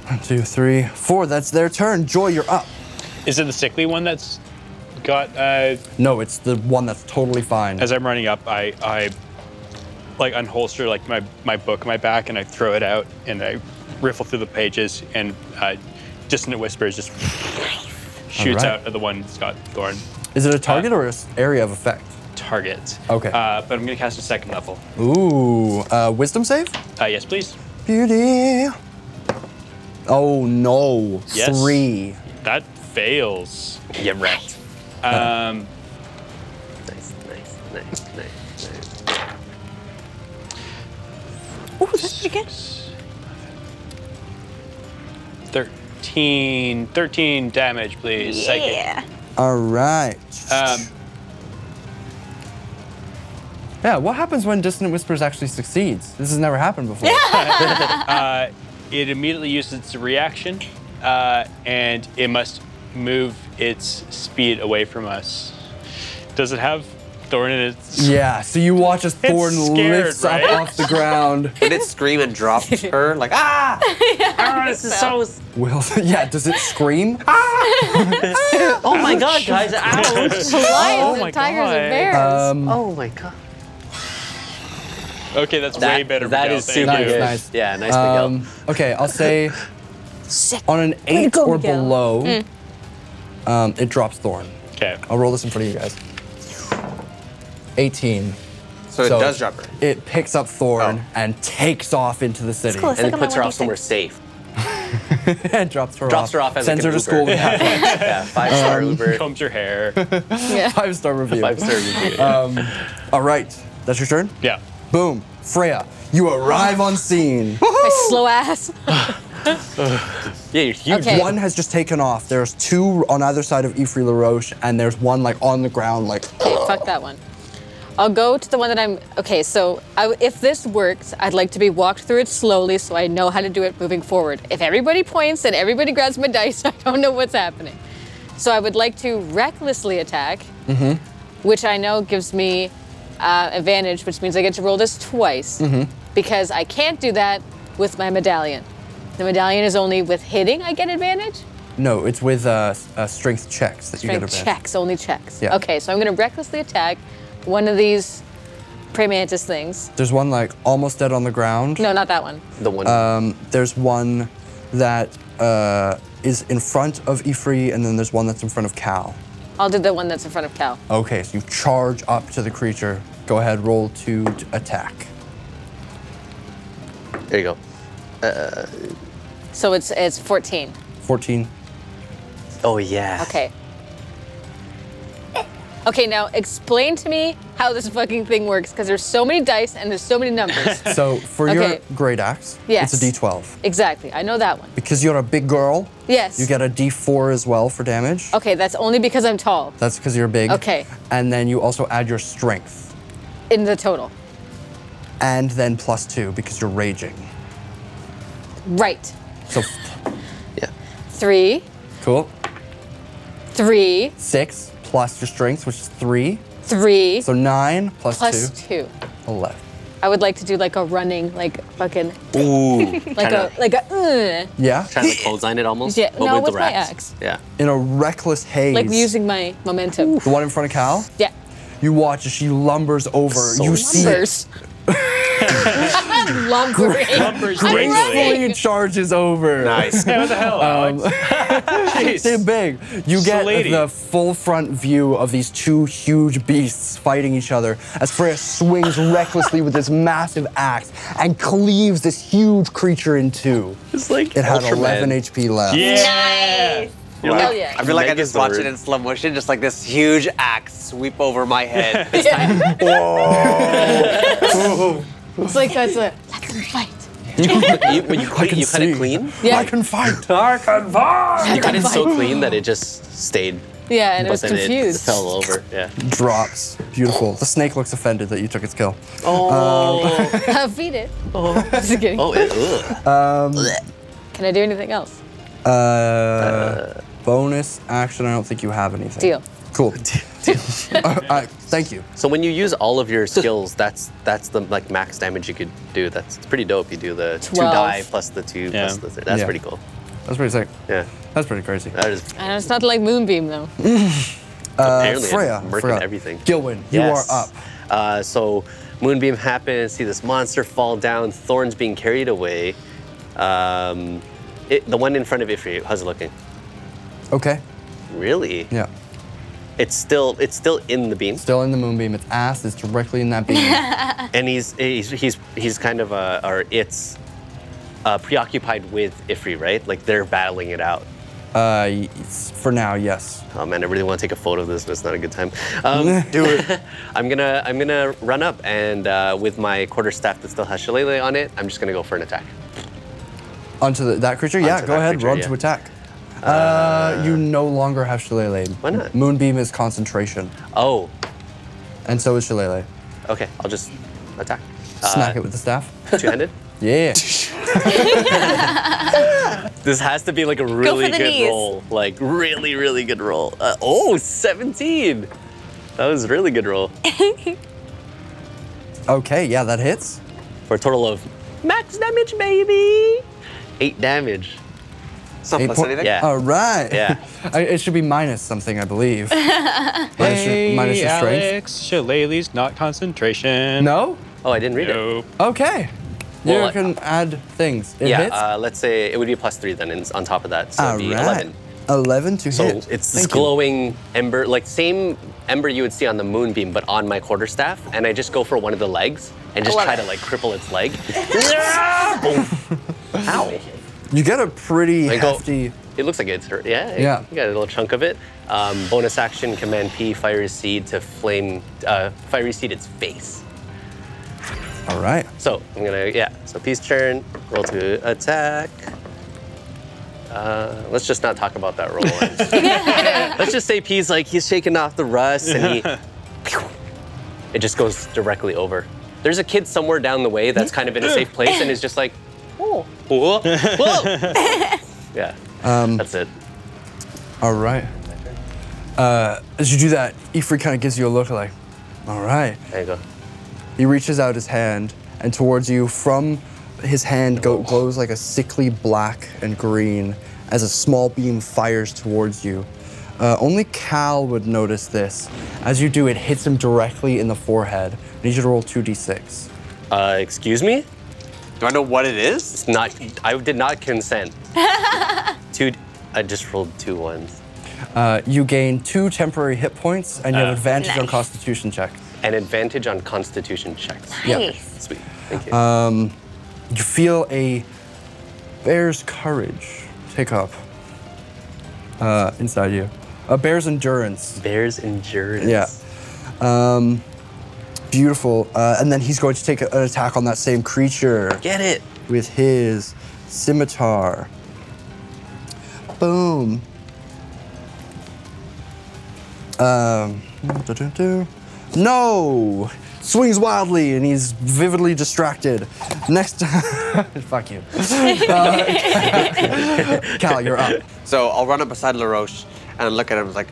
A: One, two, three, four. That's their turn. Joy, you're up.
B: Is it the sickly one that's got? Uh,
A: No, it's the one that's totally fine.
B: as I'm running up, I I like unholster like my my book on my back and I throw it out and I riffle through the pages and uh, dissonant whispers just shoots
A: Alright.
B: out at the one that's got Thorn
A: Is it a target or an area of effect?
B: target.
A: Okay.
B: Uh, but I'm gonna cast a second level.
A: Ooh, uh, wisdom save?
B: Uh, yes, please.
A: Beauty. Oh no,
B: Yes.
A: three.
B: That fails. Yeah, right. Um,
E: Nice, nice, nice, nice, nice.
F: Ooh, that's pretty good.
B: 13, 13 damage, please. Psychic.
F: Yeah.
A: All right.
B: Um,
A: yeah, what happens when Dissonant Whispers actually succeeds? This has never happened before.
B: uh, it immediately uses its reaction, uh, and it must move its speed away from us. Does it have Thorn in its?
A: yeah, so you watch as Thorn
B: scared,
A: lifts
B: right?
A: up off the ground.
D: Did it scream and drop her? Like, ah!
E: Oh, this is so.
A: Will, yeah, does it scream?
E: Oh my god, guys! Ouch!
C: Lions
B: Oh my
C: and tigers
B: God.
C: and bears.
A: Um,
E: oh my god.
B: Okay, that's way better.
E: That
B: Miguel,
E: is
B: thank
E: super
B: you.
A: Nice,
E: good.
A: nice.
E: Yeah, nice
A: Um,
E: Miguel.
A: okay, I'll say
C: Sick.
A: on an
C: to
A: eight
C: go,
A: or
C: Miguel.
A: below,
B: Mm.
A: um, it drops Thorn.
B: Okay.
A: I'll roll this in front of you guys. 18.
D: So, it does drop her.
A: It picks up Thorn
D: Oh.
A: and takes off into the city
F: close. It's
E: And
F: like
E: it
F: on my
E: puts her off
F: 1d6.
E: somewhere safe.
A: and drops her
E: Drops
A: off.
E: her off as
A: sends
E: like
A: her
E: an
A: to school.
E: Uber.
A: with half-
E: yeah, five star Uber.
B: Combs your hair.
C: yeah.
A: Five star review.
E: Five star Uber.
A: All right, that's your turn.
B: yeah.
A: Boom, Freya, you arrive on scene.
C: My slow ass.
E: yeah, you're huge.
C: Okay.
A: One has just taken off. There's two on either side of Ifri LaRoche, and there's one like on the ground, like
C: Okay, fuck that one. I'll go to the one that I'm. Okay, so I w if this works, I'd like to be walked through it slowly so I know how to do it moving forward. If everybody points and everybody grabs my dice, I don't know what's happening. So I would like to recklessly attack, which I know gives me uh, advantage, which means I get to roll this twice because I can't do that with my medallion. The medallion is only with hitting I get advantage.
A: no, it's with uh, s- uh, strength checks that you
C: Strength
A: get advantage.
C: checks, only checks.
A: Yeah.
C: Okay, so I'm gonna recklessly attack one of these praying mantis things.
A: There's one like almost dead on the ground.
C: No, not that one.
E: The one.
A: Um, there's one that uh, is in front of Ifri, and then there's one that's in front of Cal.
C: I'll do the one that's in front of Cal.
A: Okay, so you charge up to the creature. Go ahead, roll to t- attack.
E: there you go.
C: So it's it's 14.
A: 14.
E: Oh yeah.
C: Okay. Okay, now explain to me how this fucking thing works, because there's so many dice and there's so many numbers.
A: So for your
C: Okay.
A: great axe,
C: Yes.
A: it's a d12.
C: exactly. I know that one.
A: Because you're a big girl,
C: Yes.
A: you get a d4 as well for damage.
C: Okay, that's only because I'm tall
A: That's because you're big.
C: Okay.
A: And then you also add your strength,
C: in the total.
A: and then plus two because you're raging.
C: Right.
A: So
E: Yeah.
C: Three,
A: cool.
C: three,
A: Six plus your strength, which is three.
C: three,
A: So nine plus,
C: plus
A: two,
C: two.
A: 11.
C: I would like to do like a running, like fucking,
E: Ooh.
C: like a, like a, uh,
A: Yeah?
E: Trying to clothesline it almost.
C: Yeah,
E: but
C: no,
E: with,
C: with
E: the
C: my
E: rats.
C: axe.
E: Yeah.
A: In a reckless haze.
C: like using my momentum.
A: the one in front of Cal.
C: Yeah.
A: You watch as she lumbers over.
E: So
A: you see it.
C: Numbers. Lumbering.
B: Lumbers
C: I'm
B: gracefully.
C: running.
A: Fully charges over.
D: Nice.
B: Hey, what the hell, Alex?
A: They're
B: Jeez.
A: big. You get
B: Slady.
A: the full front view of these two huge beasts fighting each other as Freya swings recklessly with this massive axe and cleaves this huge creature in two.
E: It's like
A: It had 11 HP left.
B: Yeah. You're
D: Wow.
C: Hell yeah.
D: I feel like I just watched
E: Megazord.
D: it in slow motion, just like this huge axe sweep over my head.
C: Yeah. it's like that's a let them fight.
E: You, when you,
A: I can
E: you cut it
A: see.
E: clean.
C: Yeah.
A: I can fight.
E: You cut it so clean that it just stayed.
C: Yeah, and it
E: but
C: was
E: then it
C: confused.
E: fell over. Yeah.
A: Drops. Beautiful. The snake looks offended that you took its kill.
E: Oh.
C: Uh, Feed it. Just kidding.
E: oh. It, ugh.
C: Can I do anything else?
A: Uh, bonus action. I don't think you have anything.
C: Deal.
A: Cool. Uh, uh, thank you.
E: So when you use all of your skills, that's that's the like max damage you could do. That's it's pretty dope. You do the two
C: Twelve.
E: die plus the two plus
B: Yeah.
E: the three. That's
A: Yeah.
E: pretty cool.
A: That's pretty sick.
E: Yeah. Uh,
A: That's pretty crazy.
E: That is
C: I know it's not like Moonbeam though.
E: apparently it's
A: Freya,
E: working
A: Freya.
E: everything.
A: Gilwyn, you
E: Yes.
A: are up.
E: Uh, so moonbeam happens. See this monster fall down. Thorns being carried away. Um, it, the one in front of Ifri. How's it looking?
A: Okay.
E: Really?
A: Yeah.
E: It's still it's still in the beam,
A: Still in the moonbeam. Its ass is directly in that beam.
E: and he's he's he's, he's kind of uh, or it's uh, preoccupied with Ifri, right? Like they're battling it out.
A: uh, y- s- for now, yes.
E: Oh man, I really want to take a photo of this, but it's not a good time. Um,
A: Do it.
E: I'm gonna I'm gonna run up and uh, with my quarter staff that still has shillelagh on it, I'm just gonna go for an attack.
A: Onto the, that creature? Yeah,
E: Onto
A: go
E: that
A: ahead.
E: creature,
A: roll
E: yeah.
A: to attack. Uh, you no longer have Shillelagh.
E: Why not?
A: Moonbeam is concentration,
E: Oh,
A: and so is Shillelagh.
E: okay, I'll just attack. Uh,
A: Smack it with the staff.
E: two-handed.
A: Yeah.
E: This has to be like a really
F: the
E: good
F: knees.
E: roll, like really really good roll. Uh, oh, 17. That was a really good roll
A: okay, yeah, that hits.
E: for a total of max damage, baby. Eight damage.
D: It's not
A: Eight
D: plus
A: point-
D: anything?
E: Yeah.
A: All right.
E: Yeah.
A: I- it should be minus something, I believe. minus, your, minus your strength.
B: Alex, shillelagh's not concentration.
A: No?
E: Oh, I didn't read it.
B: Nope.
A: Okay. You
E: Well, I-
A: can add things. It
E: yeah,
A: hits.
E: uh, let's say it would be a plus three then, and on top of that, so
A: All
E: it'd be
A: right.
E: 11.
A: 11 to
E: So
A: hit.
E: it's this
A: Thank you.
E: glowing ember, like same ember you would see on the moonbeam, but on my quarterstaff, and I just go for one of the legs and just
F: love
E: try
F: it.
E: to like cripple its leg. Yeah! Boom. Ow!
A: You get a pretty
E: I go-
A: hefty.
E: It looks like it's hurt. Yeah,
A: Yeah.
E: You got a little chunk of it. Um, bonus action, command P, fiery seed to flame, uh, fiery seed its face.
A: All right.
E: So I'm gonna yeah. So peace turn. Roll to attack. Uh, let's just not talk about that roll. let's just say P's like he's shaking off the rust and he. pew, it just goes directly over. There's a kid somewhere down the way that's kind of in a safe place and is just like, oh, whoa, whoa. yeah. that's it.
A: All right. Uh, as you do that, Ifri kind of gives you a look like, all right.
E: There you go.
A: He reaches out his hand, and towards you, from his hand, go- glows like a sickly black and green as a small beam fires towards you. Uh, only Cal would notice this. As you do, it hits him directly in the forehead. I need you to roll 2d6.
E: Uh, excuse me?
D: Do I know what it is?
E: It's not. I did not consent. Two. I just rolled two ones.
A: Uh, you gain two temporary hit points, and you have advantage on
F: nice.
A: Constitution check.
E: An advantage on Constitution checks.
A: Yeah.
F: Nice.
E: Sweet. Thank you.
A: Uh, You feel a bear's courage take up uh, inside you. A bear's endurance.
E: Bears endurance.
A: Yeah. Um, beautiful. Uh, and then he's going to take a- an attack on that same creature
E: Get it.
A: with his scimitar. Boom. Um, doo-doo-doo. No! Swings wildly and he's vividly distracted. Next time. Fuck you. Uh, Cal, you're up.
D: So I'll run up beside LaRoche and look at him like,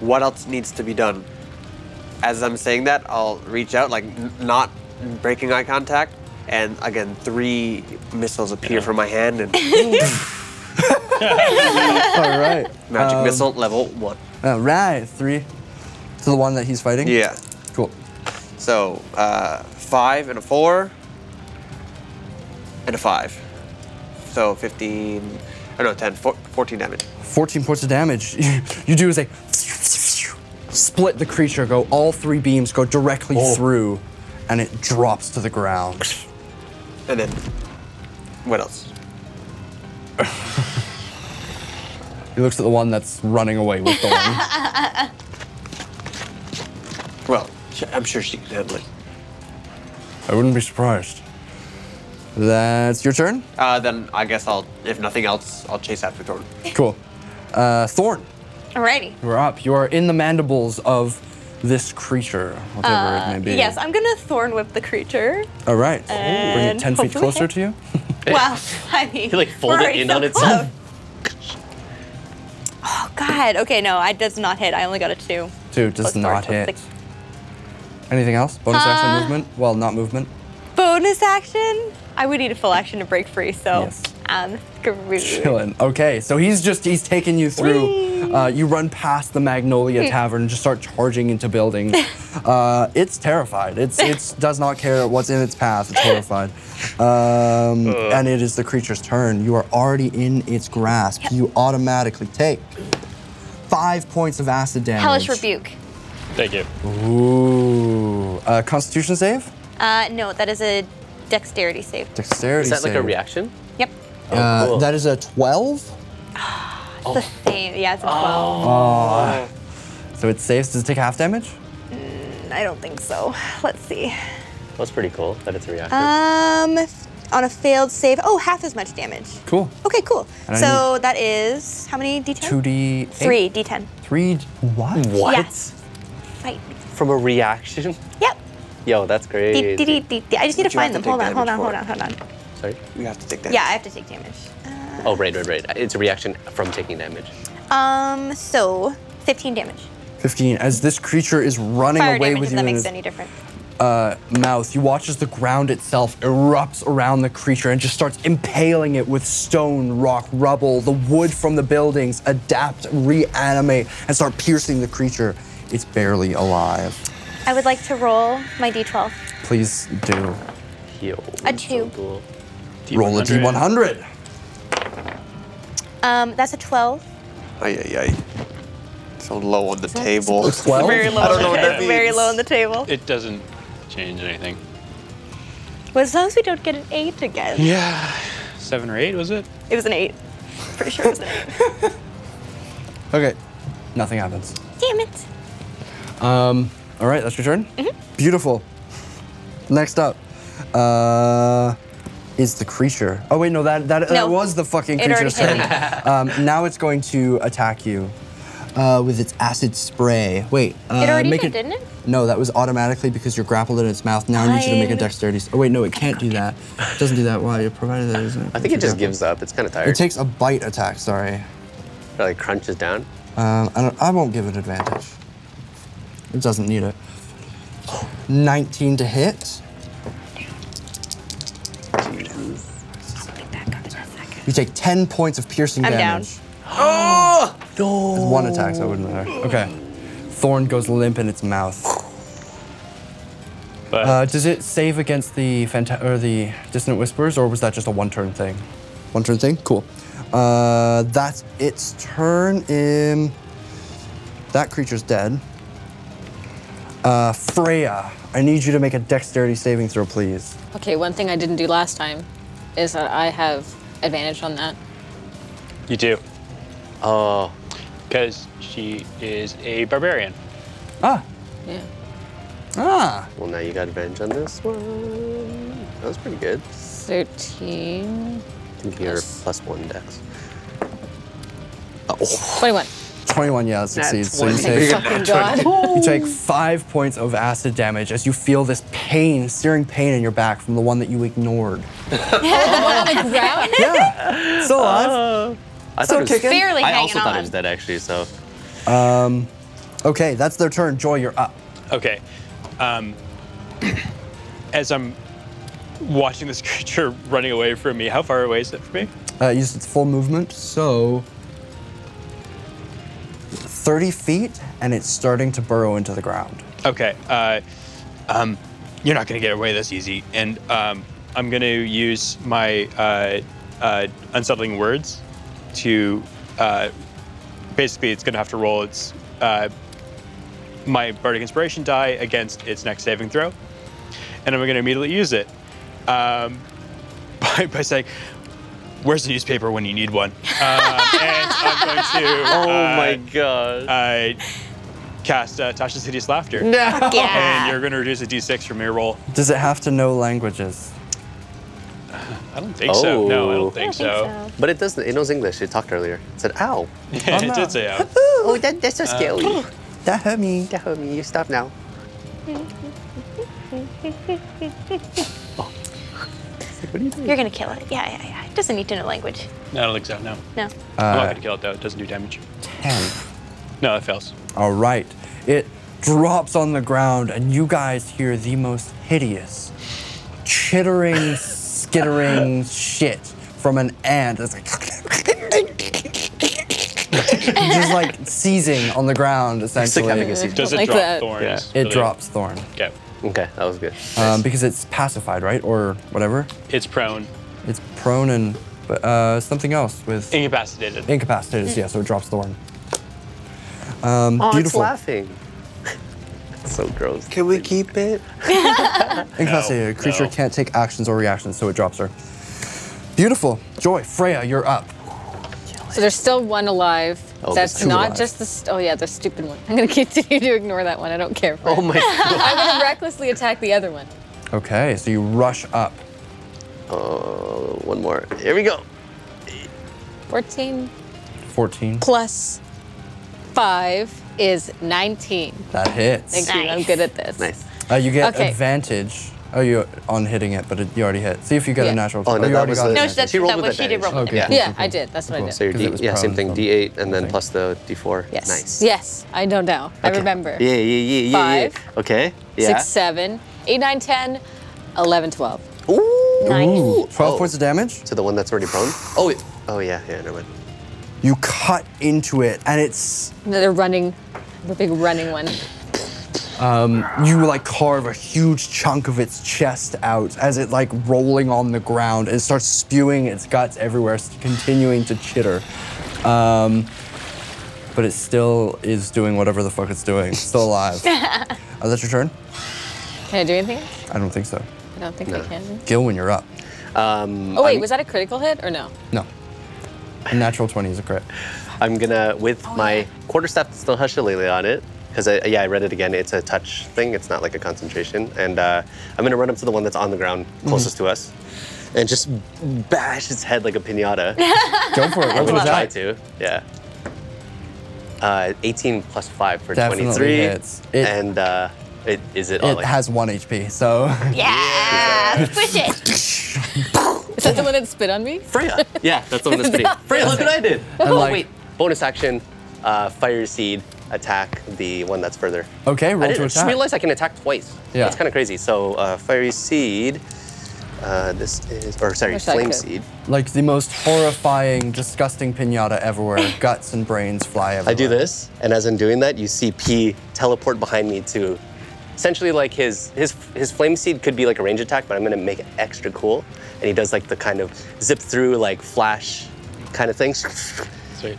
D: what else needs to be done? As I'm saying that, I'll reach out, like n- not breaking eye contact. And again, three missiles appear from my hand and
A: All right.
D: magic missile level one.
A: All right. Three to the one that he's fighting?
D: Yeah.
A: Cool.
D: So uh, five and a four and a five. So 15, or no, 10, four- 14 damage.
A: 14 points of damage. you do is a split the creature, go all three beams go directly through, and it drops to the ground.
D: And then what else?
A: He looks at the one that's running away with the one.
D: Well, sh- I'm sure she can handle it.
A: I wouldn't be surprised. That's your turn.
D: Uh, then I guess I'll, if nothing else, I'll chase after Thornton.
A: Cool. Uh, Thorn,
F: Alrighty.
A: you're up. You are in the mandibles of this creature, whatever it may be.
F: Uh, Yes, I'm gonna thorn whip the creature.
A: All right. Bring it
F: And
A: 10 feet
F: hopefully-
A: closer to you.
F: Well, I mean,
E: You like
F: we're
E: fold it
F: already
E: in
F: so
E: on itself.
F: close. Oh God. Okay, no, I does not hit. I only got a two.
A: Two does
F: Plus four,
A: not
F: so
A: hit.
F: six.
A: Anything else? Bonus
F: Uh,
A: action movement? Well, not movement.
F: Bonus action. I would need a full action to break free, so um,
A: Yes.
F: I'm screwed.
A: Chilling. Okay, so he's just he's taking you through. Uh, you run past the Magnolia Tavern and just start charging into buildings. Uh, it's terrified. It's it's does not care what's in its path. It's horrified. Um, and it is the creature's turn. You are already in its grasp. You automatically take five points of acid damage.
F: Hellish Rebuke.
B: Thank you.
A: Ooh. Uh, Constitution save?
F: Uh, no, that is a dexterity save.
A: Dexterity
E: Is that like a
A: save.
E: reaction?
F: Yep.
A: Uh,
E: cool.
A: That is a 12.
E: Oh.
F: It's the same. Yeah, it's a 12.
A: So it saves. Does it take half damage?
F: I don't think so. Let's see.
E: That's pretty cool that it's a reaction.
F: Um, on a failed save. Oh, half as much damage.
A: Cool.
F: Okay, cool.
A: And I
F: so that is how many d10?
A: 2d.
F: Three d10.
A: 3. What?
E: what?
F: Yes. Fight. me.
E: From a reaction?
F: Yep.
E: Yo, that's
F: D-
E: great.
F: d- d- d- d- I just need
D: But
F: to
D: you have
F: find
D: to
F: them. Hold on,
D: take
F: hold on,
D: damage
F: hold
D: for
F: on, hold on.
E: Sorry.
D: You have to take that.
F: Yeah, I have to take damage.
E: Oh, right, right, right. It's a reaction from taking damage.
F: Um, so 15 damage.
A: 15. As this creature is running
F: Fire
A: away
F: damage,
A: with
F: if
A: you
F: that
A: in
F: makes
A: its
F: any difference.
A: uh, mouth, you watch as the ground itself erupts around the creature and just starts impaling it with stone, rock, rubble. The wood from the buildings adapt, reanimate, and start piercing the creature. It's barely alive.
F: I would like to roll my d12.
A: Please do.
E: Yo.
F: A
E: that's
F: two.
E: So cool.
A: Roll a d100.
F: Um, that's a 12.
D: Ay, ay, ay. So low on the table.
A: 12? Very
D: Oh, I don't know what that means.
F: Very low on the table.
B: It doesn't change anything.
F: Well, as long as we don't get an 8 again.
B: Yeah. Seven or eight, was it?
F: It was an 8. Pretty sure it was an 8.
A: Okay. Nothing happens.
F: Damn it.
A: Um, all right, that's your turn.
F: Mm-hmm.
A: Beautiful. Next up uh, is the creature. Oh wait, no, that that,
F: No.
A: that was the fucking
F: It already
A: creature's
F: hit
A: turn. um, now it's going to attack you uh, with its acid spray. Wait, uh,
F: already
A: make
F: did, didn't it?
A: No, that was automatically because you're grappled in its mouth. Now I need you to make a
F: Fine.
A: dexterity. s- Oh wait, no, it can't do that. It doesn't do that. Why? It provided that isn't.
E: I think it just gives up. It's kind of tired.
A: It takes a bite attack. Sorry.
E: It, like crunches down.
A: Um, I, don't, I won't give it advantage. It doesn't need it. 19 to hit. You take 10 points of piercing
F: I'm down.
A: damage. Oh! No! One attack, so it wouldn't matter. Okay. Thorn goes limp in its mouth.
B: But
A: Uh, does it save against the fanta- or the dissonant whispers, or was that just a one-turn thing? One-turn thing. Cool. Uh, that's its turn. In that creature's dead. Uh, Freya, I need you to make a dexterity saving throw, please.
C: Okay, one thing I didn't do last time is that I have advantage on that.
B: you do. uh,
E: Oh,
B: Because she is a barbarian.
A: Ah,
C: Yeah.
A: ah.
E: well, now you got advantage on this one. That was pretty good.
C: 13,
E: I think you're plus one dex. Oh,
C: 21.
A: Twenty-one. Yeah, that succeeds. So you take
C: Fucking God.
A: You take five points of acid damage as you feel this pain, searing pain in your back from the one that you ignored.
C: On the ground?
A: Yeah, still alive.
E: I thought it was
A: kicking.
F: Barely
E: I
F: hanging
E: also thought it was
F: on.
E: dead actually. So
A: Okay, that's their turn. Joy, you're up.
B: Okay. Um, as I'm watching this creature running away from me, how far away is it from me?
A: Uh, use its full movement, so 30 feet, and it's starting to burrow into the ground.
B: Okay. Uh, um, you're not going to get away this easy. And um, I'm going to use my uh, uh, unsettling words to uh, basically, it's going to have to roll its uh, my bardic inspiration die against its next saving throw. And I'm going to immediately use it um, by, by saying, Where's the newspaper when you need one? Uh, and I'm going to.
E: Oh
B: uh,
E: god.
B: I cast uh, Tasha's Hideous Laughter. And
F: Yeah.
B: you're going to reduce a d6 from your roll.
A: Does it have to know languages?
B: I don't think so. No, I
E: Oh.
B: don't think,
F: I don't
B: so.
F: think
E: But it doesn't. It knows English. It talked earlier. It said, "Ow."
B: it did say out.
E: Oh, that, that's so scary.
A: That hurt me.
E: Yeah, homie, you stop now.
F: Hmm. You're gonna kill it. Yeah, yeah, yeah. It doesn't need to know language.
B: No, I don't think so. No.
F: No.
B: I'm not
A: Uh,
B: going to kill it, though. It doesn't do damage.
A: 10.
B: No, it fails.
A: All right. It drops on the ground, and you guys hear the most hideous, chittering, skittering shit from an ant that's like. just like seizing on the ground, essentially.
E: having a
A: it
E: seizure.
B: Does it
C: like
B: drop
C: that.
B: thorns?
E: Yeah.
B: Really?
A: drops Thorn.
B: Okay.
E: Okay, that was good.
A: Um, because it's pacified, right? Or whatever.
B: It's prone,
A: It's prone and but, uh, something else with
B: incapacitated.
A: incapacitated. Yeah, so it drops Thorn. Um,
E: Oh,
A: beautiful.
E: it's laughing. so gross.
D: Can we keep it?
A: Incapacitated.
B: No,
A: a creature
B: no.
A: can't take actions or reactions, so it drops her. Beautiful. Joy, Freya, you're up.
C: So there's still one alive.
E: Oh, there's
C: That's
E: two
C: not
A: alive.
C: just the. St- oh yeah, the stupid one. I'm gonna continue to ignore that one. I don't care. For
E: Oh
C: it.
E: my god.
C: I'm gonna recklessly attack the other one.
A: Okay, so you rush up.
E: Oh, one more. Here we go.
C: 14
A: 14.
C: plus five is 19.
A: That
C: Thank
A: hits.
C: you. I'm
F: Nice.
C: good at this.
E: Nice.
A: Uh, you get
C: Okay.
A: advantage. Oh, you on hitting it, but it, you already hit. See if you get
C: Yeah.
A: a natural.
E: Oh, no,
A: you
E: that
A: already
E: was
A: got
E: the-
A: it.
F: No, she, that's,
E: She rolled
F: that
E: with
F: was, she did roll with
A: Okay.
F: advantage.
A: cool,
C: Yeah,
A: cool,
C: I
A: cool.
C: did. That's what I
A: Cool.
C: did.
E: So your
A: Because
E: D,
A: it was
E: yeah, same
A: prone,
E: thing.
A: so-
E: D8 and then
A: Okay.
E: plus the D4.
C: Yes.
E: Nice.
C: Yes, I know now. I
E: Okay.
C: remember.
E: Yeah, yeah, yeah, yeah.
C: Five.
E: yeah. Okay. Yeah.
C: Six, seven, eight, nine, 10, 11, 12.
E: Ooh.
A: Ooh, 12
E: Oh.
A: points of damage.
E: So the one that's already prone. Oh. Wait. Oh yeah. Yeah. Never mind.
A: You cut into it, and it's
C: Another running, the big running one.
A: you like carve a huge chunk of its chest out as it like rolling on the ground and starts spewing its guts everywhere, s- continuing to chitter. Um, but it still is doing whatever the fuck it's doing. It's Still alive. uh, that's your turn?
C: Can I do anything? else?
A: I don't think so.
C: I don't think I can.
A: Gilwyn, you're up.
E: Um,
C: Oh, wait,
E: I'm,
C: was that a critical hit or no?
A: No. A Natural 20 is a crit.
E: I'm gonna with my quarterstaff that's still Hashilele on it. Because I, yeah, I read it again. It's a touch thing. It's not like a concentration. And uh, I'm gonna run up to the one that's on the ground closest to us, and just bash its head like a pinata.
A: Go for it.
E: I'm
A: Roll
E: gonna
A: it
E: try
A: out.
E: to. Yeah. Uh, 18 plus 5 for
A: Definitely
E: 23.
A: hits. It-
E: and uh, it, is it, all
A: It
E: like,
A: has one HP, so
F: Yeah, push it.
C: Is that the one that spit on me?
E: Freya? Yeah, that's the one that's pretty. Freya, look what I did.
A: And
E: oh,
A: like-
E: wait. Bonus action, uh, fire seed, attack the one that's further.
A: okay, roll
E: I
A: to
E: didn't just
A: attack.
E: realize I can attack twice.
A: Yeah.
E: That's kind of crazy. So, uh, fiery seed. Uh, this is, or sorry,
C: Wish I
E: flame
C: could.
E: seed.
A: like the most horrifying, disgusting pinata everywhere. Guts and brains fly everywhere.
E: I do this, and as I'm doing that, you see P teleport behind me to essentially like his his his flame seed could be like a range attack, but I'm gonna make it extra cool. And he does like the kind of zip through like flash kind of thing.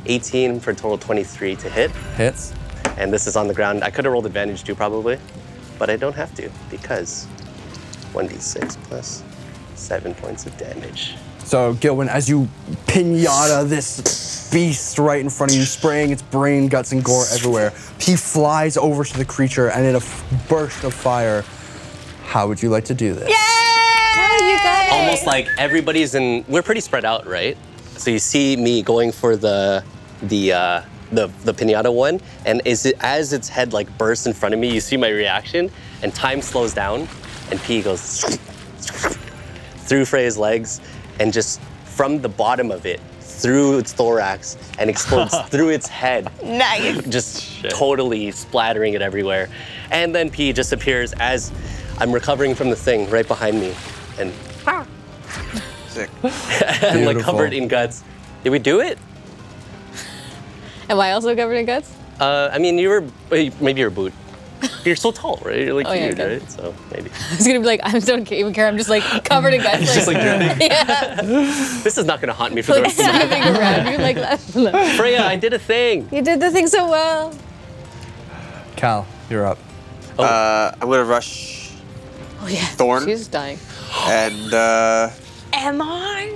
E: 18 for a total 23 to hit.
A: Hits.
E: And this is on the ground. I could have rolled advantage too probably, but I don't have to because 1d6 plus seven points of damage.
A: So, Gilwin, as you pinata this beast right in front of you, spraying its brain, guts, and gore everywhere, he flies over to the creature and in a f- burst of fire. How would you like to do this?
F: Yeah, you guys.
E: almost like everybody's in we're pretty spread out right so you see me going for the the uh the, the pinata one and is it, as its head like bursts in front of me you see my reaction and time slows down and p goes through freya's legs and just from the bottom of it through its thorax and explodes through its head
F: nice.
E: just totally splattering it everywhere. And then P just appears as I'm recovering from the thing right behind me. And
D: Sick.
E: I'm like
A: Beautiful.
E: covered in guts. Did we do it?
C: Am I also covered in guts?
E: Uh, I mean, you were maybe your boot. You're so tall, right? You're like
C: Oh, yeah,
E: huge,
C: I guess.
E: right? So maybe.
C: I was gonna be like, I don't even care. I'm just like covered in guts.
E: Just like your thing.
C: yeah,
E: This is not gonna haunt me for the
C: like
E: rest of my
C: swimming around. You're like, left, left.
E: Freya, I did a thing.
C: you did the thing so well.
A: Cal, you're up.
D: Uh, I'm gonna rush
C: Oh yeah,
D: Thorn?
C: She's dying.
D: and uh,
F: Am I?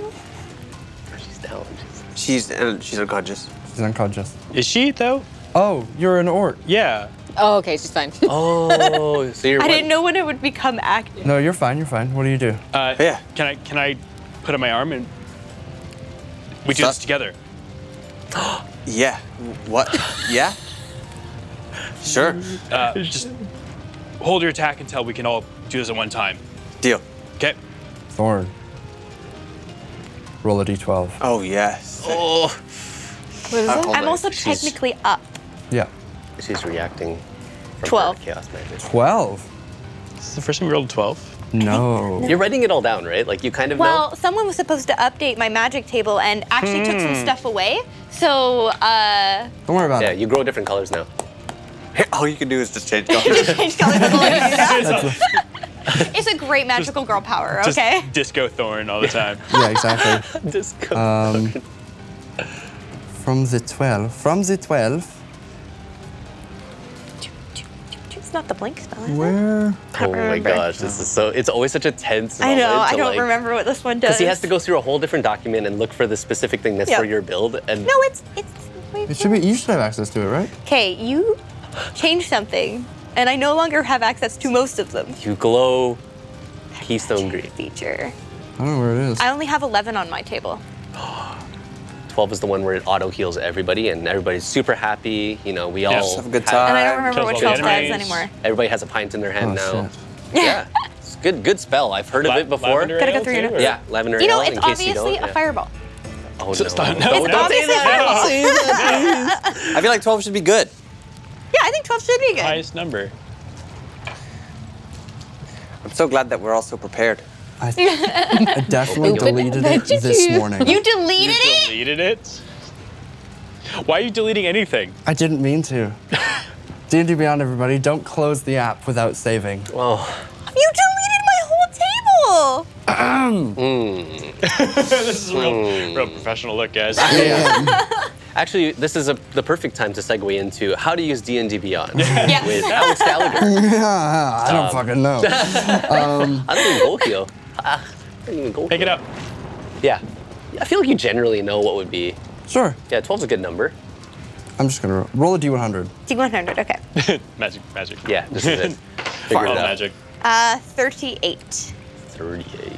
E: She's down. She's-
D: she's and she's unconscious.
A: She's unconscious.
B: Is she though?
A: Oh, you're an orc.
B: Yeah.
C: Oh, okay, she's fine.
E: Oh, so you're.
F: I
E: one-
F: didn't know when it would become active.
A: No, you're fine. You're fine. What do you do?
B: Uh,
D: Yeah.
B: Can I can I put on my arm and we do
D: Stop.
B: this together?
D: Yeah. What? Yeah. Sure.
B: Uh, just hold your attack until we can all do this at one time.
D: Deal.
B: Okay.
A: Thorn. Roll a d12.
D: Oh yes.
E: Oh,
C: What is that?
F: I'm also
E: She's-
F: technically up.
A: Yeah.
E: she's reacting. from her
F: Twelve.
E: Chaos magic.
A: 12.
B: This is the first time we rolled twelve.
A: No.
E: You're writing it all down, right? Like you kind of know.
F: Well, someone was supposed to update my magic table and actually took some stuff away. So uh,
A: Don't worry about
E: Yeah,
A: it.
E: you grow different colors now.
D: All you can do is just change colors.
F: change colors. with the light. it's a great magical girl power.
B: Just
F: Okay.
B: disco thorn all the time.
A: yeah, exactly.
E: Disco.
A: Um, from the 12. From the 12,
F: That's not the blink spell. Is It?
G: Where?
F: I
E: Oh
F: don't
E: my
F: remember.
E: gosh, this is so. It's always such a tense.
F: I know.
E: moment
F: I
E: to,
F: don't
E: like-
F: remember what this one does.
E: Because he has to go through a whole different document and look for the specific thing that's
F: Yeah.
E: for your build, and
F: No, it's it's.
A: It should be. You should have access to it, right?
F: Okay, you changed something, and I no longer have access to most of them.
E: you glow keystone green.
F: Feature.
A: I don't know where it is.
F: I only have 11 on my table.
E: 12 is the one where it auto heals everybody and everybody's super happy. You know, we
B: Yes.
E: all
D: Have a good
F: And I
D: time.
F: don't
E: Uh,
F: remember
B: kills
F: what
B: all
F: 12
B: the
F: does
B: enemies.
F: anymore.
E: Everybody has a pint in their hand
A: Oh,
E: now. Yeah. It's good good spell. I've heard of it before.
B: Lavender
F: Gotta go
B: ale
F: through your
B: too, or-
E: Yeah, lavender
F: You know,
E: ale,
F: it's
E: in case you
F: obviously
E: don't.
F: a
E: yeah.
F: fireball.
E: Oh, no.
B: Just- no, don't
F: It's
B: say
F: obviously a
B: that.
F: fireball. Yeah,
D: I feel like 12 should be good.
F: I think 12 should be good.
B: Highest number.
D: I'm so glad that we're all so prepared.
A: I, I definitely
E: Open
A: deleted it
C: Did
A: this
C: you?
A: morning.
F: You deleted
B: You
F: it?
B: deleted it. Why are you deleting anything?
A: I didn't mean to. D&D Beyond, everybody, don't close the app without saving.
E: Oh,
F: You deleted my whole table.
B: this is a real, real professional look, guys.
E: actually, this is a, the perfect time to segue into how to use D&D Beyond
F: Yeah.
E: with Alex Gallagher.
A: Ah, I don't fucking know.
E: I don't even go heal. Ah, I don't even go
B: Pick it
E: heal.
B: up.
E: Yeah. I feel like you generally know what would be.
A: Sure.
E: Yeah, 12's a good number.
A: I'm just gonna roll, roll a D100.
F: D100, okay.
B: Magic, magic.
E: Yeah, this is it. Figure
B: All
E: it out.
B: magic.
F: Uh, 38.
E: 38.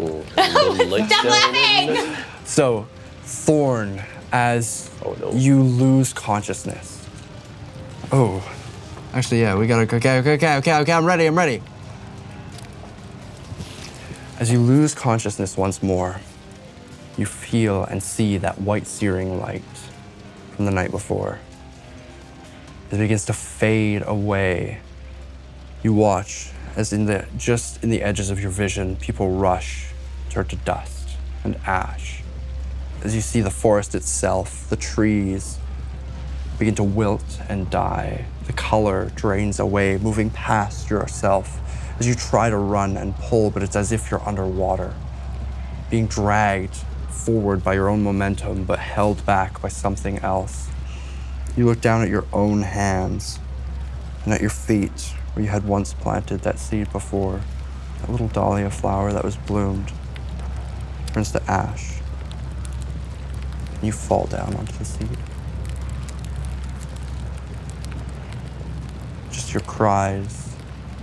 E: Ooh, Stop
F: laughing!
A: So, Thorn, as
E: Oh, no.
A: you lose consciousness. Oh, actually, yeah, we gotta go. Okay, okay, okay, okay, okay, I'm ready, I'm ready. As you lose consciousness once more, you feel and see that white searing light from the night before. It begins to fade away. You watch as in the just in the edges of your vision, people rush, turn to dust and ash. As you see the forest itself, the trees begin to wilt and die. The color drains away, moving past yourself as you try to run and pull, but it's as if you're underwater, being dragged forward by your own momentum, but held back by something else. You look down at your own hands and at your feet, where you had once planted that seed before, that little dahlia flower that was bloomed, turns to ash. And you fall down onto the seed. Just your cries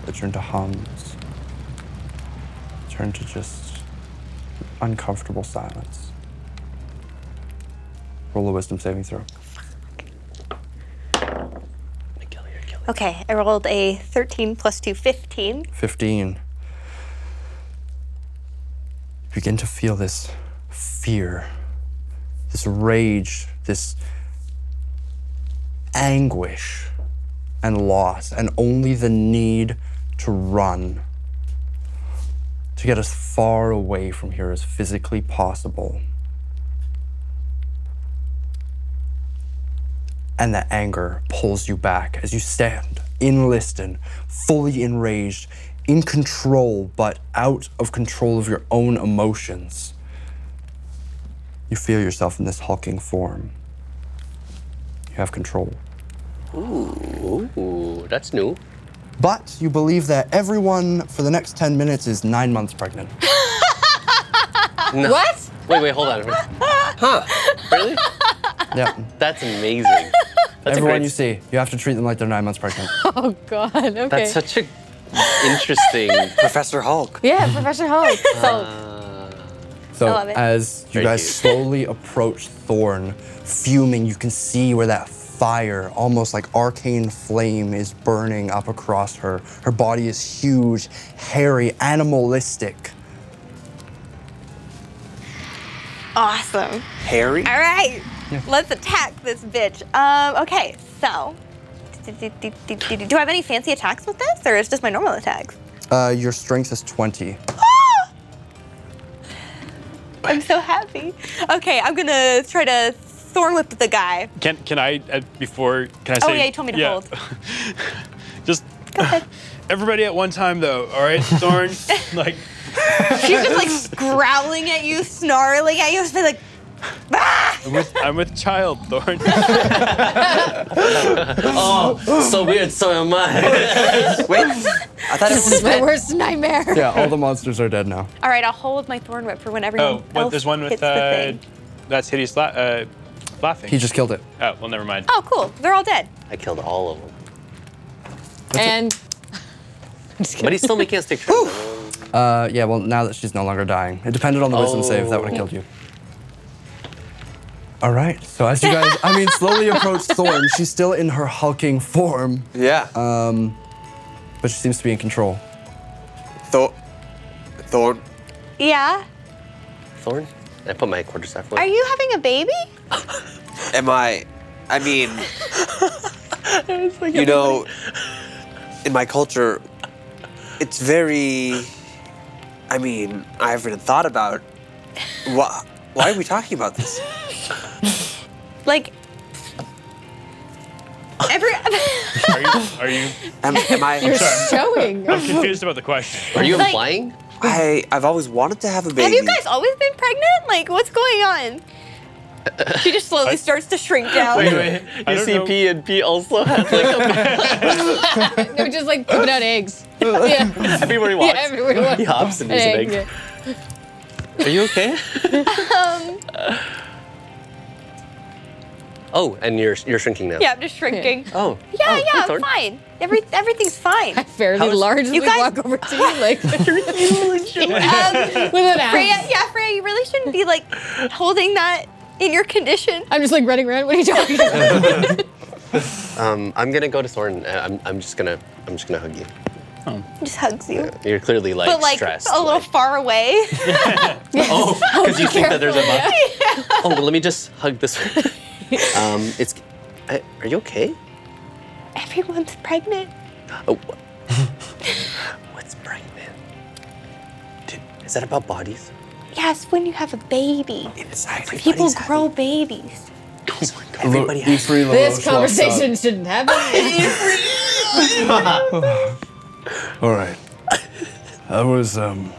A: that turn to hums, turn to just uncomfortable silence. Roll a wisdom saving throw.
F: Okay, I rolled a 13 plus 2, 15.
A: 15. Begin to feel this fear, this rage, this anguish and loss, and only the need to run. To get as far away from here as physically possible. and the anger pulls you back as you stand in Liston, fully enraged, in control, but out of control of your own emotions. You feel yourself in this hulking form. You have control.
E: Ooh, that's new.
A: But you believe that everyone for the next 10 minutes is nine months pregnant.
E: No.
C: What?
E: Wait, wait, hold on. Huh? Really?
A: yep.
E: That's amazing. That's a
A: everyone
E: great-
A: you see, you have to treat them like they're nine months pregnant.
C: Oh God. Okay.
E: That's such a interesting.
D: Professor Hulk.
C: yeah, Professor Hulk. So
A: So
F: love it.
A: as you
E: Very
A: guys
E: cute.
A: slowly approach Thorn, fuming, you can see where that fire, almost like arcane flame, is burning up across her. Her body is huge, hairy, animalistic.
F: Awesome.
D: Harry?
F: All right, let's attack this bitch. Um, okay, so. Do I have any fancy attacks with this, or is it just my normal attacks?
A: Uh, your strength is 20.
F: I'm so happy. Okay, I'm gonna try to thorn whip the guy.
B: Can can I uh, before? Can I
F: Oh,
B: say?
F: yeah, you told me to hold.
B: Just everybody at one time, though. All right, Thorn. like
F: She's just like growling at you, snarling at you, just be like, ah!
B: I'm with, I'm with Child Thorn.
E: so weird, so am I.
D: Wait, I thought it
C: This is
D: was
C: my worst nightmare.
A: Yeah, all the monsters are dead now.
F: All right, I'll hold my thorn whip for when everyone
B: oh, what,
F: else
B: there's one
F: hits
B: with
F: the
B: uh,
F: thing.
B: that's hideous la- uh, laughing.
A: He just killed it.
B: oh, well, never mind.
F: Oh, cool. They're all dead.
E: I killed all of them.
C: And I'm just
E: But
C: kidding.
E: he's still making us take shots.
A: Uh, yeah, well, now that she's no longer dying, it depended on the wisdom save. That would have
E: Oh.
A: killed you. All right. So as you guys, I mean, slowly approach Thorn. She's still in her hulking form,
D: yeah.
F: Uh,
A: but she seems to be in control.
D: Thor, Thor,
F: Yeah.
E: Thorn? I put my quarterstaff away.
F: Are you having a baby?
D: am I? I mean, you know, in my culture, it's very. I mean, I haven't thought about why. Why are we talking about this?
F: Like every
B: Are you? Are you?
D: Am, am I?
C: showing.
B: I'm confused about the question.
E: Are you
F: Like-
E: implying?
D: I I've always wanted to have a baby.
F: Have you guys always been pregnant? Like what's going on? She just slowly starts to shrink down.
B: Wait, wait. I don't know.
E: P and P also has like
C: They're just like pooping out eggs. Yeah,
E: everywhere he
C: yeah
E: walks.
C: everyone.
E: He hops and he's an egg. Are you okay?
F: Um,
E: Oh, and you're you're shrinking now.
F: yeah, I'm just shrinking.
E: Oh.
F: Yeah,
E: Oh, hey,
F: yeah, I'm
E: Thorn.
F: fine. Every everything's fine.
C: I fairly
E: How is-
C: largely
F: You guys-
C: walk over to you like with
F: Um,
C: an
F: Freya,
C: axe.
F: yeah, Freya, you really shouldn't be like holding that in your condition.
C: I'm just like running around. What are you talking about?
E: Um, I'm gonna go to Thorn. uh, I'm, I'm just gonna I'm just gonna hug you.
F: Just hugs you.
E: You're clearly like,
F: But like
E: stressed.
F: a little
E: like-
F: far away.
E: Oh, because you think that there's a bug. Oh, well, let me just hug this. one. um, it's. I, are you okay?
F: Everyone's pregnant.
E: Oh. wh- What's pregnant? Did, is that about bodies?
F: Yes, when you have a baby.
E: Everybody's
F: People
E: having-
F: grow babies.
E: Everybody
A: Lo- you
E: has.
A: three little
C: this
A: oaks walked up.
C: conversation shouldn't happen.
A: All right. That was um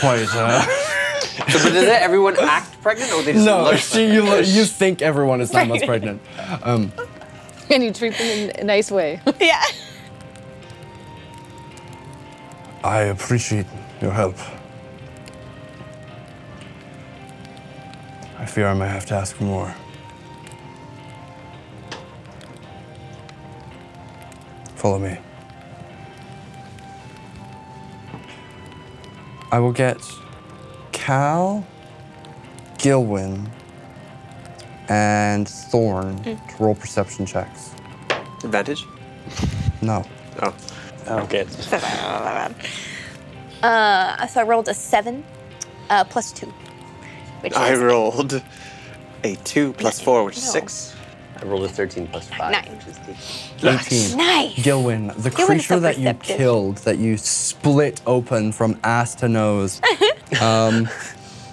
A: quite. Uh,
D: So, but does that everyone act pregnant, or they just
A: no,
D: look?
A: she, you, look- you think everyone is nine months pregnant. Um,
C: and you treat them in a nice way.
F: Yeah.
A: I appreciate your help. I fear I may have to ask for more. Follow me. I will get Cal, Gilwin, and Thorn to roll perception checks.
D: Advantage.
A: No.
D: Oh,
B: Okay.
F: Uh, so I rolled a seven uh, plus two. Which
D: I
F: is
D: rolled a two plus four, which is
F: No.
D: six.
E: I rolled a 13 plus 5.
F: Nine.
E: Which is
A: 18.
E: the-
F: nice.
A: Gilwin, the
F: so
A: creature that you
F: perceptive.
A: killed, that you split open from ass to nose, um,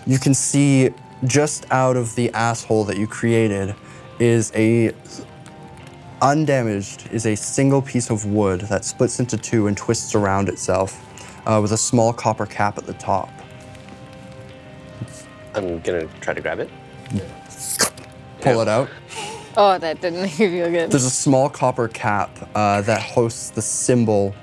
A: you can see just out of the asshole that you created is a undamaged is a single piece of wood that splits into two and twists around itself uh, with a small copper cap at the top.
E: I'm gonna try to grab it.
A: Pull it out.
C: Oh, that didn't make me feel good.
A: There's a small copper cap uh, that hosts the symbol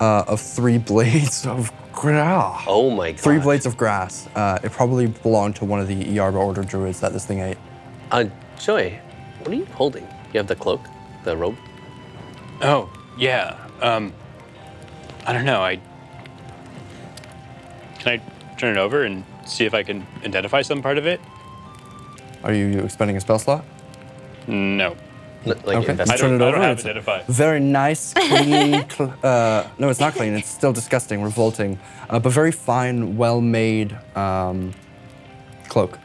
A: uh, of three blades of grass.
E: Oh my god.
A: Three blades of grass. Uh, it probably belonged to one of the Yarba Order druids that this thing ate.
E: Uh, Joy, what are you holding? You have the cloak, the robe.
B: Oh, yeah. Um, I don't know. I can I turn it over and see if I can identify some part of it?
A: Are you, you expending a spell slot?
B: No.
E: L- Like
A: Okay.
E: invest-
B: I don't,
A: Turn it
B: I
A: over,
B: don't have
A: it's-
B: identify.
A: Very nice, clean. cl- uh, no, it's not clean. It's still disgusting, revolting, uh, but very fine, well-made um, cloak.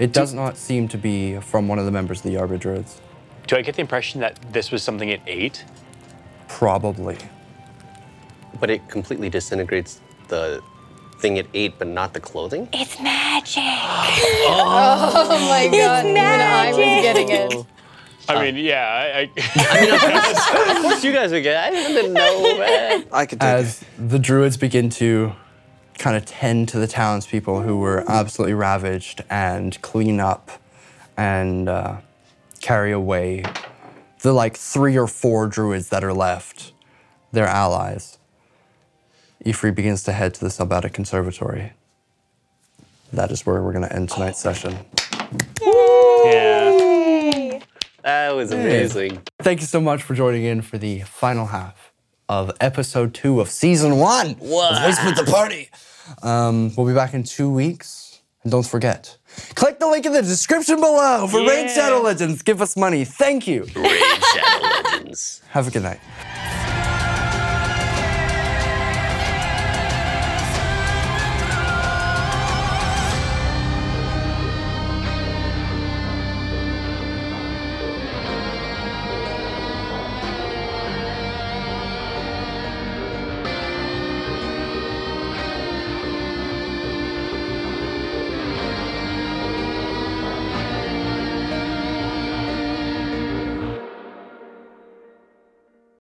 A: It does not seem to be from one of the members of the Yarba druids.
B: Do I get the impression that this was something it ate?
A: Probably.
E: but it completely disintegrates the thing it ate, but not the clothing.
F: It's magic.
C: Oh my god, even I was getting it.
B: I mean, yeah. I, I,
E: of course, you guys would get. I didn't know, man.
D: I could take it.
A: As the druids begin to kind of tend to the townspeople who were absolutely ravaged and clean up and uh, carry away the like three or four druids that are left, their allies. Ifri begins to head to the Salbatic Conservatory. That is where we're going to end tonight's session.
B: Yeah.
E: That was amazing.
A: Thank you so much for joining in for the final half of episode two of season one. What? Voice with the party. Um, we'll be back in two weeks. And don't forget, click the link in the description below for Raid Shadow Legends. Give us money. Thank you.
E: Raid Shadow Legends.
A: Have a good night.